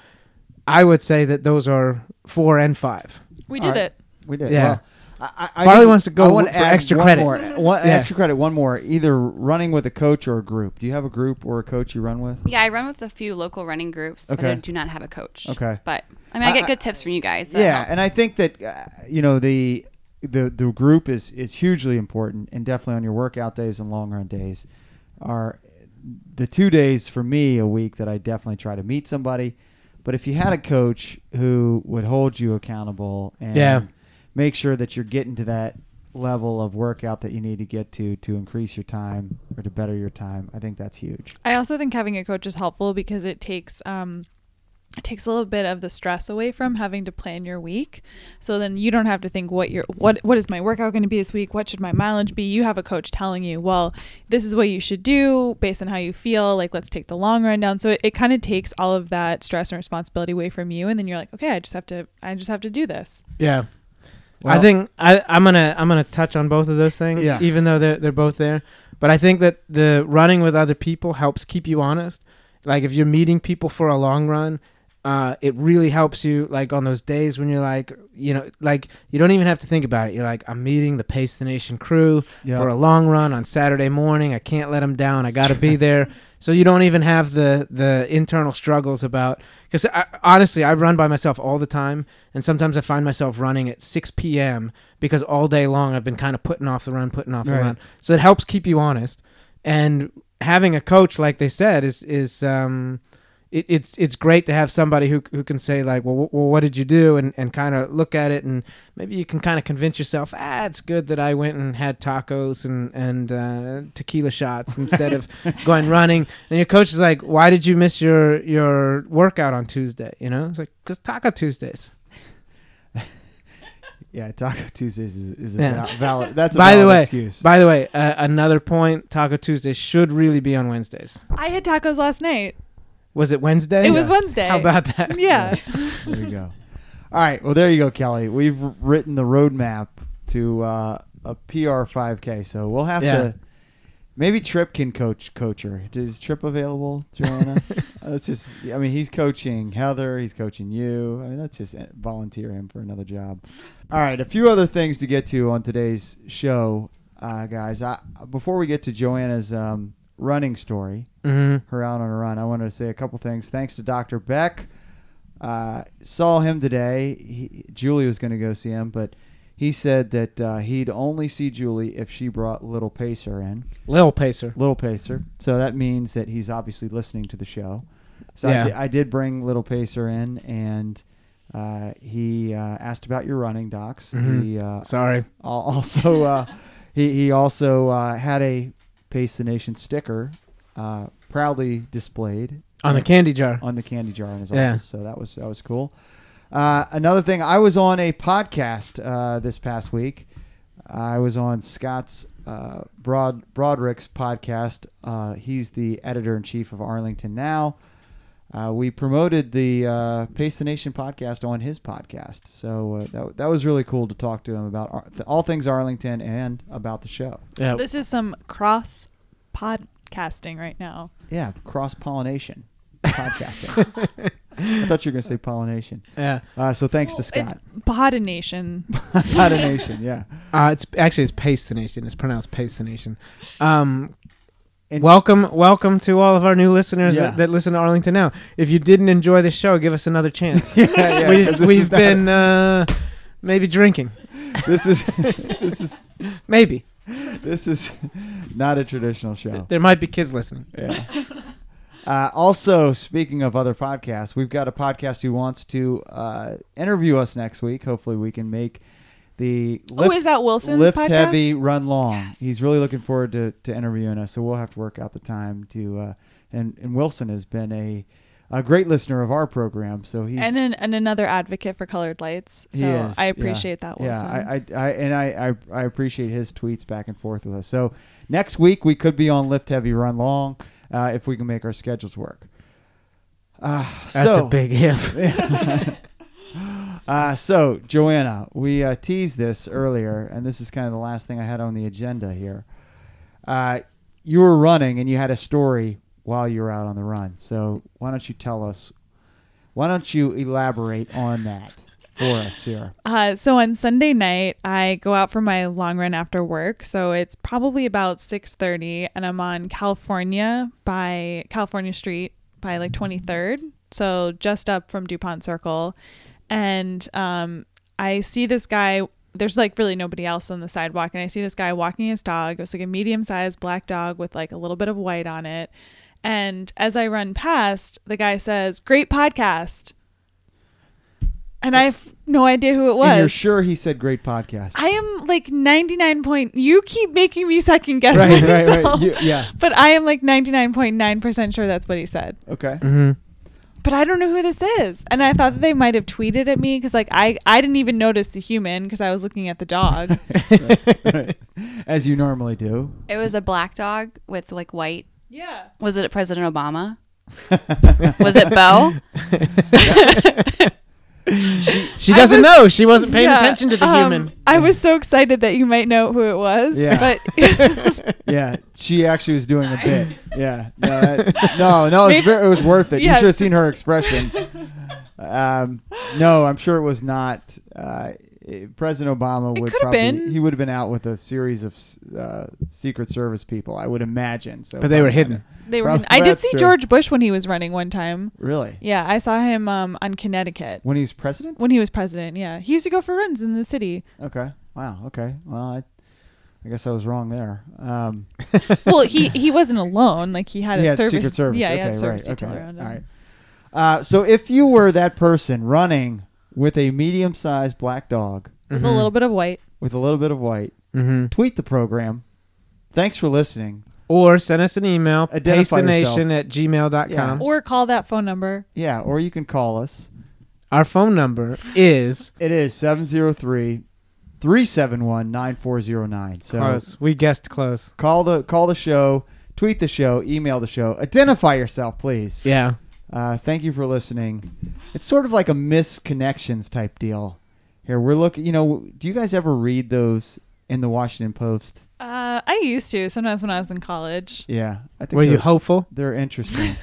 S3: I would say that those are four and five.
S2: We
S1: All
S2: did
S1: right.
S2: it.
S1: We did.
S3: Yeah.
S1: Well, I, I, I
S3: Farley
S1: think-
S3: wants to go
S1: I wanna
S3: for
S1: add
S3: extra
S1: one
S3: credit.
S1: More, one,
S3: Yeah.
S1: Extra credit. One more. Either running with a coach or a group. Do you have a group or a coach you run with?
S4: Yeah, I run with a few local running groups. but I
S1: Okay.
S4: do not have a coach.
S1: Okay.
S4: But I mean, I,
S1: I-
S4: get good tips from you guys.
S1: yeah, and I think that uh, you know the the the group is is hugely important, and definitely on your workout days and long run days are the two days for me a week that I definitely try to meet somebody. But if you had a coach who would hold you accountable and
S3: Yeah.
S1: make sure that you're getting to that level of workout that you need to get to to increase your time or to better your time, I think that's huge.
S2: I also think having a coach is helpful because it takes um it takes a little bit of the stress away from having to plan your week. So then you don't have to think what your what what is my workout going to be this week? What should my mileage be? You have a coach telling you, well, this is what you should do based on how you feel. Like let's take the long run down. So it, it kind of takes all of that stress and responsibility away from you and then you're like, okay, I just have to I just have to do this.
S3: Yeah.
S1: Well-
S3: I think I, I'm gonna I'm gonna touch on both of those things,
S1: Yeah.
S3: even though they're they're both there. But I think that the running with other people helps keep you honest. Like if you're meeting people for a long run, uh, it really helps you. Like on those days when you're like, you know, like you don't even have to think about it. You're like, I'm meeting the Pace the Nation crew
S1: Yeah.
S3: for a long run on Saturday morning. I can't let them down. I got to be there. So you don't even have the the internal struggles about because honestly, I run by myself all the time, and sometimes I find myself running at 6 p.m. because all day long I've been kind of putting off the run, putting off the
S1: Right.
S3: run. So it helps keep you honest, and having a coach, like they said, is is um, it, it's it's great to have somebody who who can say like, well, wh- well what did you do, and and kind of look at it, and maybe you can kind of convince yourself, ah, it's good that I went and had tacos and and uh, tequila shots instead of going running. And your coach is like, why did you miss your your workout on Tuesday? You know, it's like because Taco Tuesdays.
S1: Yeah, Taco Tuesdays is, is a
S3: Yeah.
S1: val- valid. That's a
S3: By the
S1: valid
S3: way,
S1: excuse.
S3: By the way, uh, another point: Taco Tuesday should really be on Wednesdays.
S2: I had tacos last night.
S3: Was it Wednesday?
S2: It was Wednesday.
S3: How about that?
S2: Yeah.
S1: there you go. All right. Well, there you go, Kelly. We've written the roadmap to uh, a PR 5K, so we'll have
S3: Yeah.
S1: to. Maybe Trip can coach coach her. Is Trip available, Joanna? Uh, let's just. I mean, he's coaching Heather. He's coaching you. I mean, let's just uh, volunteer him for another job. All right, a few other things to get to on today's show, uh, guys. I, before we get to Joanna's um, running story,
S3: hmm
S1: her out on a run. I wanted to say a couple things. Thanks to Dr. Beck. Uh, saw him today. He, Julie was going to go see him, but he said that uh, he'd only see Julie if she brought Little Pacer in.
S3: Lil Pacer.
S1: Little Pacer. So that means that he's obviously listening to the show. So I,
S3: Yeah.
S1: di- I did bring Little Pacer in, and uh, he uh, asked about your running docs.
S3: Mhm.
S1: He uh,
S3: Sorry.
S1: Al- also uh, he, he also uh, had a pace the nation sticker uh, proudly displayed
S3: On the candy jar.
S1: on the candy jar in his
S3: Yeah.
S1: office so that was that was cool uh, another thing i was on a podcast uh, this past week i was on scott's uh, broad broderick's podcast uh, he's the editor-in-chief of arlington now uh, we promoted the uh, Pace the Nation podcast on his podcast, so uh, that, that was really cool to talk to him about Ar- th- all things Arlington and about the show.
S3: Yeah.
S2: This is some cross podcasting right now.
S1: Yeah, cross pollination podcasting. I thought you were going to say pollination.
S3: Yeah.
S1: Uh, so thanks to
S2: Well,
S1: Scott.
S2: It's Podination.
S1: Not a nation, yeah.
S3: Uh, it's actually it's Pace the Nation. It's pronounced Pace the Nation. Um,
S1: And
S3: welcome, welcome to all of our new listeners
S1: Yeah.
S3: that, that listen to Arlington now. If you didn't enjoy this show, give us another chance.
S1: Yeah, yeah, 'cause
S3: we,
S1: this
S3: we've
S1: is not-
S3: been uh, maybe drinking,
S1: this is this is
S3: maybe
S1: this is not a traditional show.
S3: there might be kids listening.
S1: Yeah. Uh, also, speaking of other podcasts, we've got a podcast who wants to uh, interview us next week. Hopefully, we can make the
S2: oh, is
S1: lift,
S2: that Wilson's
S1: lift
S2: podcast?
S1: heavy, run long.
S4: Yes.
S1: He's really looking forward to, to interviewing us, so we'll have to work out the time to. Uh, and and Wilson has been a a great listener of our program, so he's
S2: And, an, and another advocate for colored lights.
S1: He
S2: So
S1: is,
S2: I
S1: yeah.
S2: appreciate that, Wilson.
S1: Yeah, I, I, I and I, I, I appreciate his tweets back and forth with us. So next week we could be on lift heavy, run long, uh, if we can make our schedules work. Uh,
S3: That's
S1: so,
S3: a big if.
S1: uh, so Joanna, we uh, teased this earlier, and this is kind of the last thing I had on the agenda here. Uh, you were running, and you had a story while you were out on the run. So why don't you tell us? Why don't you elaborate on that for us here?
S2: Uh, so on Sunday night, I go out for my long run after work. So it's probably about 6.30 and I'm on California by California Street by like 23rd. So just up from DuPont Circle. And um, I see this guy there's like really nobody else on the sidewalk and i see this guy walking his dog it was like a medium-sized black dog with like a little bit of white on it and as i run past the guy says great podcast and i have no idea who it
S1: And you're
S2: was
S1: sure he said great podcast.
S2: i am like 99 point you keep making me second guess
S1: right, right, right.
S2: myself
S1: You- yeah.
S2: but i am like 99.9% sure that's what he said
S1: Okay.
S3: Mm-hmm.
S2: but I don't know who this is. And I thought that they might have tweeted at me because, like, I, I didn't even notice the human because I was looking at the dog.
S1: Right. As you normally do.
S4: It was a black dog with like white.
S2: yeah.
S4: Was it President Obama? was it Bo?
S3: She
S2: I
S3: doesn't
S2: was-
S3: know. She wasn't paying attention to the
S2: um,
S3: human.
S2: I was so excited that you might know who it was.
S1: Yeah.
S2: But
S1: Yeah, she actually was doing a bit. Yeah, no, that- no, no, it was, ver- it was worth it. You
S2: Yeah.
S1: should have seen her expression. Um, no, I'm sure it was not. Uh, it- President Obama
S2: It
S1: would
S2: could have
S1: probably
S2: been.
S1: he would have been out with a series of s- uh, Secret Service people, I would imagine. So,
S3: But they were
S1: probably
S3: hidden.
S2: they were.
S1: Probably
S2: I did
S1: that's
S2: see
S1: true.
S2: George Bush when he was running one time.
S1: not- really
S2: Yeah. I saw him um, on Connecticut
S1: when he was president.
S2: when he was president. Yeah. He used to go for runs in the city.
S1: okay, wow, okay. Well, I, I guess I was wrong there. Um,
S2: Well, he, he wasn't alone. Like, he had
S1: he
S2: a
S1: had
S2: service.
S1: Secret Service.
S2: Yeah.
S1: okay,
S2: he had a service
S1: right,
S2: detail
S1: okay,
S2: around him.
S1: all right. Uh, so if you were that person running with a medium-sized black dog
S2: With a little bit of white.
S1: with a little bit of white,
S3: Mm-hmm.
S1: tweet the program. Thanks for listening.
S3: Or send us an email,
S1: Identify
S3: pastination at gmail.com.
S1: Yeah.
S2: Or call that phone number.
S1: Yeah, or you can call us.
S3: Our phone number is,
S1: It is 703 371 9409. So
S3: close. we guessed close.
S1: call the call the show, tweet the show, email the show. Identify yourself, please.
S3: Yeah.
S1: Uh, thank you for listening. It's sort of like a misconnections type deal. Here we're looking. You know, do you guys ever read those in the Washington Post?
S2: Uh, I used to sometimes when I was in college.
S1: Yeah, I think
S3: Were you
S1: they're-
S3: hopeful?
S1: They're interesting.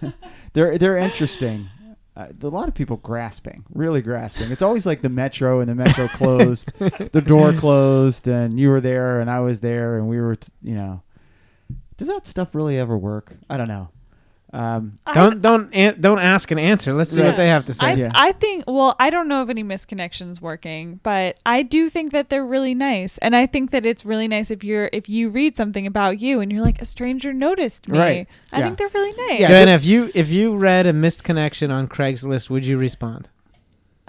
S1: they're they're interesting. Uh, a lot of people grasping, really grasping. It's always like the metro and the metro closed, the door closed, and you were there and I was there and we were, t- you know. Does that stuff really ever work? I don't know. Um,
S3: Don't don't an- don't ask and answer. Let's see
S1: Right.
S3: what they have to say.
S2: I,
S1: Yeah.
S2: I think well I don't know of any misconnections working but I do think that they're really nice and I think that it's really nice if you're if you read something about you and you're like a stranger noticed me
S1: Right.
S2: I
S1: Yeah.
S2: think they're really nice
S1: Yeah,
S3: Joanna, if you if you read a missed connection on Craigslist, would you respond?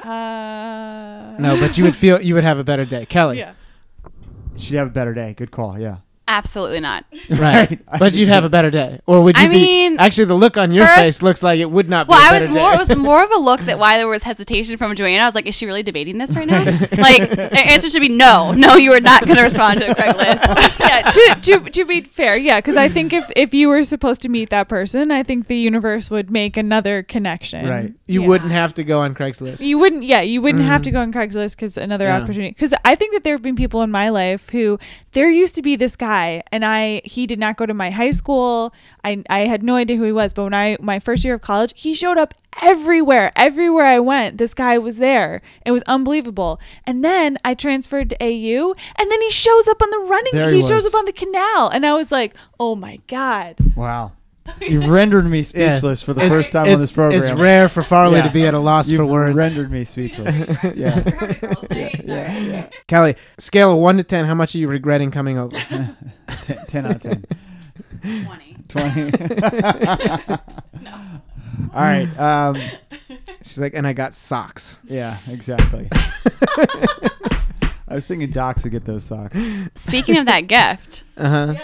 S2: uh,
S3: No, but you would feel you would have a better day, Kelly.
S2: yeah
S1: she'd have a better day. Good call. Yeah.
S4: Absolutely not.
S3: Right. But you'd have a better day, or would you
S4: I
S3: be?
S4: mean,
S3: actually, the look on your
S4: first-
S3: face looks like it would not.
S4: Well,
S3: be a
S4: I
S3: better
S4: was more.
S3: Day.
S4: It was more of a look that why there was hesitation from Joanna. I was like, is she really debating this right now? like, the answer should be no. No, you are not going to respond to the Craigslist.
S2: yeah to, to, to be fair yeah because I think if if you were supposed to meet that person I think the universe would make another connection
S1: Right.
S3: you
S4: Yeah.
S3: wouldn't have to go on Craigslist.
S2: You wouldn't, yeah, you wouldn't have
S1: Mm.
S2: to go on Craigslist because another
S3: Yeah.
S2: opportunity. Because I think that there have been people in my life who there used to be this guy, and I he did not go to my high school. I I had no idea who he was, but when I my first year of college, he showed up everywhere, everywhere I went. This guy was there. It was unbelievable. And then I transferred to AU, and then he shows up on the running.
S1: There
S2: he
S1: he
S2: shows
S1: was.
S2: up on the canal, and I was like, oh my god.
S1: Wow. You've rendered me
S3: Yeah.
S1: speechless for the
S3: It's-
S1: first time on
S3: it's-
S1: this program.
S3: It's rare for Farley
S1: Yeah.
S3: to be at a loss
S1: You've
S3: for words.
S1: rendered me speechless. yeah.
S3: Kelly, scale of one to ten, how much are you regretting coming over?
S1: Ten, 10 out of 10.
S4: 20.
S1: 20. All right. Um,
S3: She's like, and I got socks. Uh-huh.
S1: yeah, exactly. I was thinking Docs would get those socks.
S4: Speaking of that gift,
S3: Uh huh.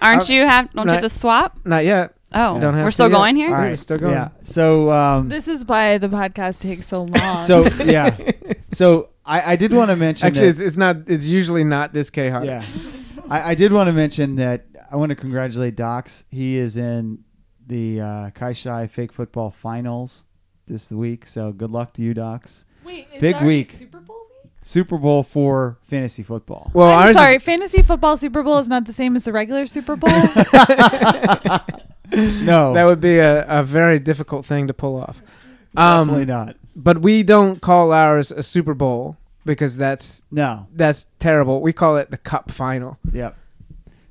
S4: aren't you have? Don't you
S3: Right.
S4: have to swap?
S3: Not yet.
S4: Oh,
S3: Don't have
S4: we're
S3: to
S4: still
S3: yet.
S4: going here.
S1: All right.
S3: We're still going.
S1: Yeah. So, um,
S2: This is why the podcast takes so long.
S1: so yeah. So I, I did want to mention
S3: Actually, it's,
S1: that,
S3: it's not. It's usually not this K hard.
S1: yeah. I, I did want to mention that I want to congratulate Docs. He is in the uh, Kai Shai Fake Football Finals this week. So good luck to you, Docs.
S2: Wait, is
S1: Big
S2: already
S1: week.
S2: Super Bowl week?
S1: Super Bowl for fantasy football.
S3: Well,
S2: I'm
S3: ours is-
S2: sorry, fantasy football Super Bowl is not the same as the regular Super Bowl.
S1: No,
S3: that would be a, a very difficult thing to pull off.
S1: definitely
S3: Um,
S1: not.
S3: but we don't call ours a Super Bowl because that's
S1: No.
S3: that's terrible. We call it the Cup Final,
S1: Yep.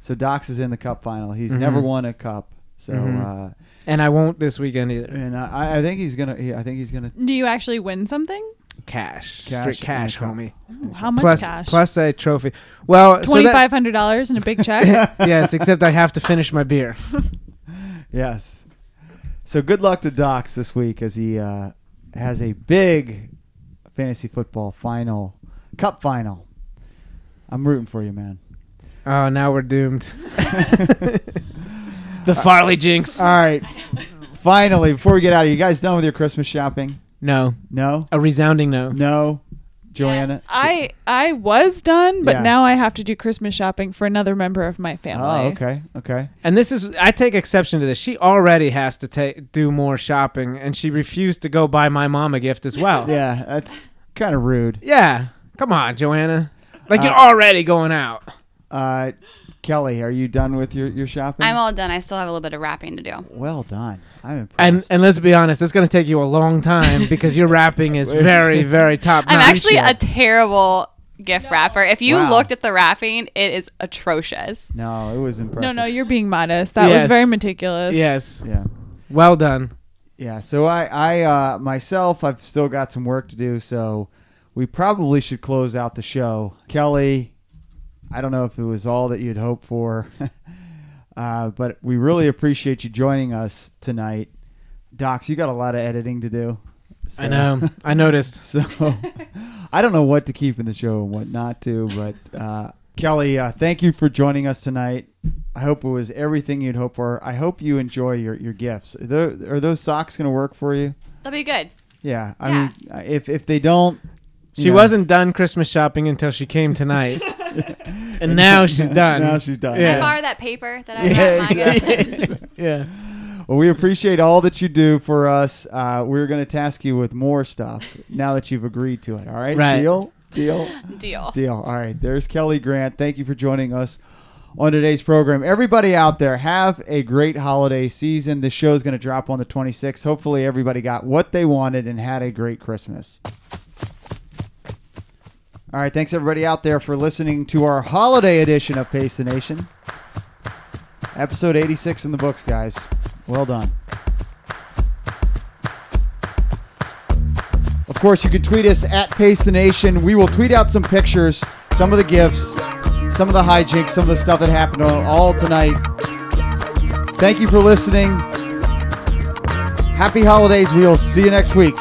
S1: So Docs is in the cup final. He's never
S3: Mhm.
S1: won a cup. So
S3: Mhm.
S1: uh,
S3: and I won't this weekend either.
S1: and I, I think he's gonna. He, I think he's gonna.
S2: Do you actually win something?
S3: cash,
S1: Cash,
S3: straight cash,
S1: okay.
S3: homie.
S2: Ooh, how much
S3: Plus-
S2: cash?
S3: plus a trophy. Well, so
S2: Twenty five
S3: that's-
S2: hundred dollars and a big check.
S3: yes, except I have to finish my beer.
S1: Yes. So good luck to Docs this week as he uh, has a big fantasy football final, cup final. I'm rooting for you, man.
S3: Oh, now we're doomed. the Farley jinx.
S1: All right. Finally, before we get out, are you guys done with your Christmas shopping?
S3: No,
S1: No?
S3: a resounding no.
S1: No? Joanna?
S2: I I was done, but
S1: Yeah.
S2: now I have to do Christmas shopping for another member of my family.
S1: Oh, okay. Okay.
S3: And this is I take exception to this. She already has to take do more shopping, and she refused to go buy my mom a gift as well.
S1: Yeah, that's kind of rude.
S3: Yeah. Come on, Joanna. Like you're
S1: Uh,
S3: already going out.
S1: Uh, Kelly, are you done with your, your shopping?
S4: I'm all done. I still have a little bit of wrapping to do.
S1: well done. I'm impressed.
S3: And and let's be honest, it's gonna take you a long time because your rapping is very, very top.
S4: I'm
S3: notch.
S4: actually a terrible gift wrapper. If you
S1: Wow.
S4: looked at the wrapping, it is atrocious.
S1: no, it was
S2: No,
S1: impressive.
S2: no, you're being modest. That
S3: Yes.
S2: was very meticulous.
S3: Yes.
S1: Yeah.
S3: Well done.
S1: Yeah, so I, I uh, myself, I've still got some work to do, so we probably should close out the show. Kelly, I don't know if it was all that you'd hoped for, uh, but we really appreciate you joining us tonight. Docs, you got a lot of editing to do. So,
S3: I know. I noticed.
S1: So I don't know what to keep in the show and what not to, but uh, Kelly, uh, thank you for joining us tonight. I hope it was everything you'd hope for. I hope you enjoy your, your gifts. Are those, are those socks going to work for you?
S4: That'll be good.
S1: Yeah, I
S4: Yeah.
S1: mean, uh, if if they don't, you
S3: She
S1: know,
S3: wasn't done Christmas shopping until she came tonight. and now she's done.
S1: Now she's done.
S4: Can
S3: Yeah.
S4: I borrow that paper that I
S1: Yeah,
S4: got mine in?
S3: yeah.
S1: Well, we appreciate all that you do for us. Uh, we're going to task you with more stuff now that you've agreed to it. All right,
S3: Right.
S1: deal, deal,
S4: Deal.
S1: deal. All right, there's Kelly Grant. Thank you for joining us on today's program. Everybody out there, have a great holiday season. The show is going to drop on the 26th. Hopefully, everybody got what they wanted and had a great Christmas. All right, thanks everybody out there for listening to our holiday edition of Pace the Nation. Episode 86 in the books, guys. Well done. Of course, you can tweet us at Pace the Nation. We will tweet out some pictures, some of the gifts, some of the hijinks, some of the stuff that happened on all tonight. Thank you for listening. Happy holidays. We will see you next week.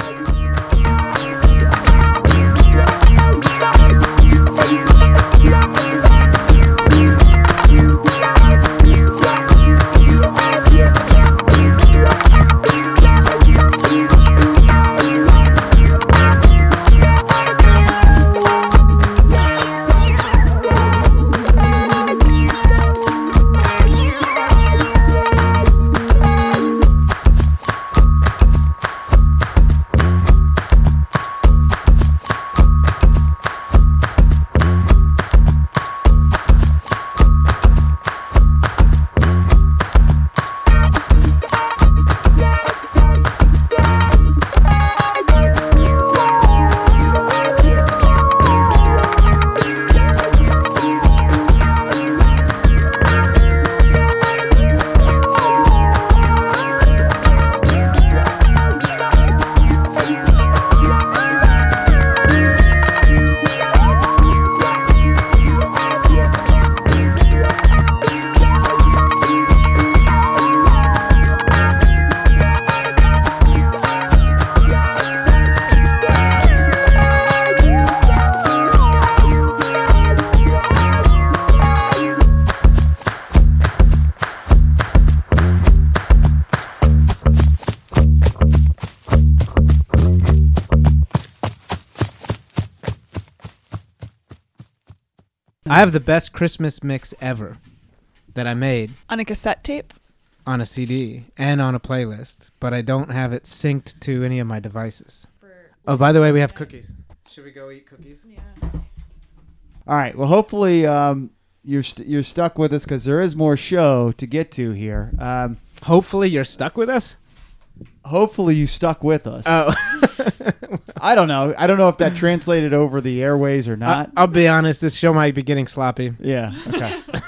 S3: I have the best Christmas mix ever that I made
S2: On a cassette tape.
S3: on a CD and on a playlist, but I don't have it synced to any of my devices. Oh, by the way, we have cookies. Should we go eat cookies?
S1: All right. Well, hopefully um, you're st- you're stuck with us because there is more show to get to here. Um,
S3: Hopefully, you're stuck with us.
S1: hopefully you stuck with us.
S3: Oh,
S1: I don't know. I don't know if that translated over the airways or
S3: I,
S1: not.
S3: will be honest. This show might be getting sloppy.
S1: yeah. Okay.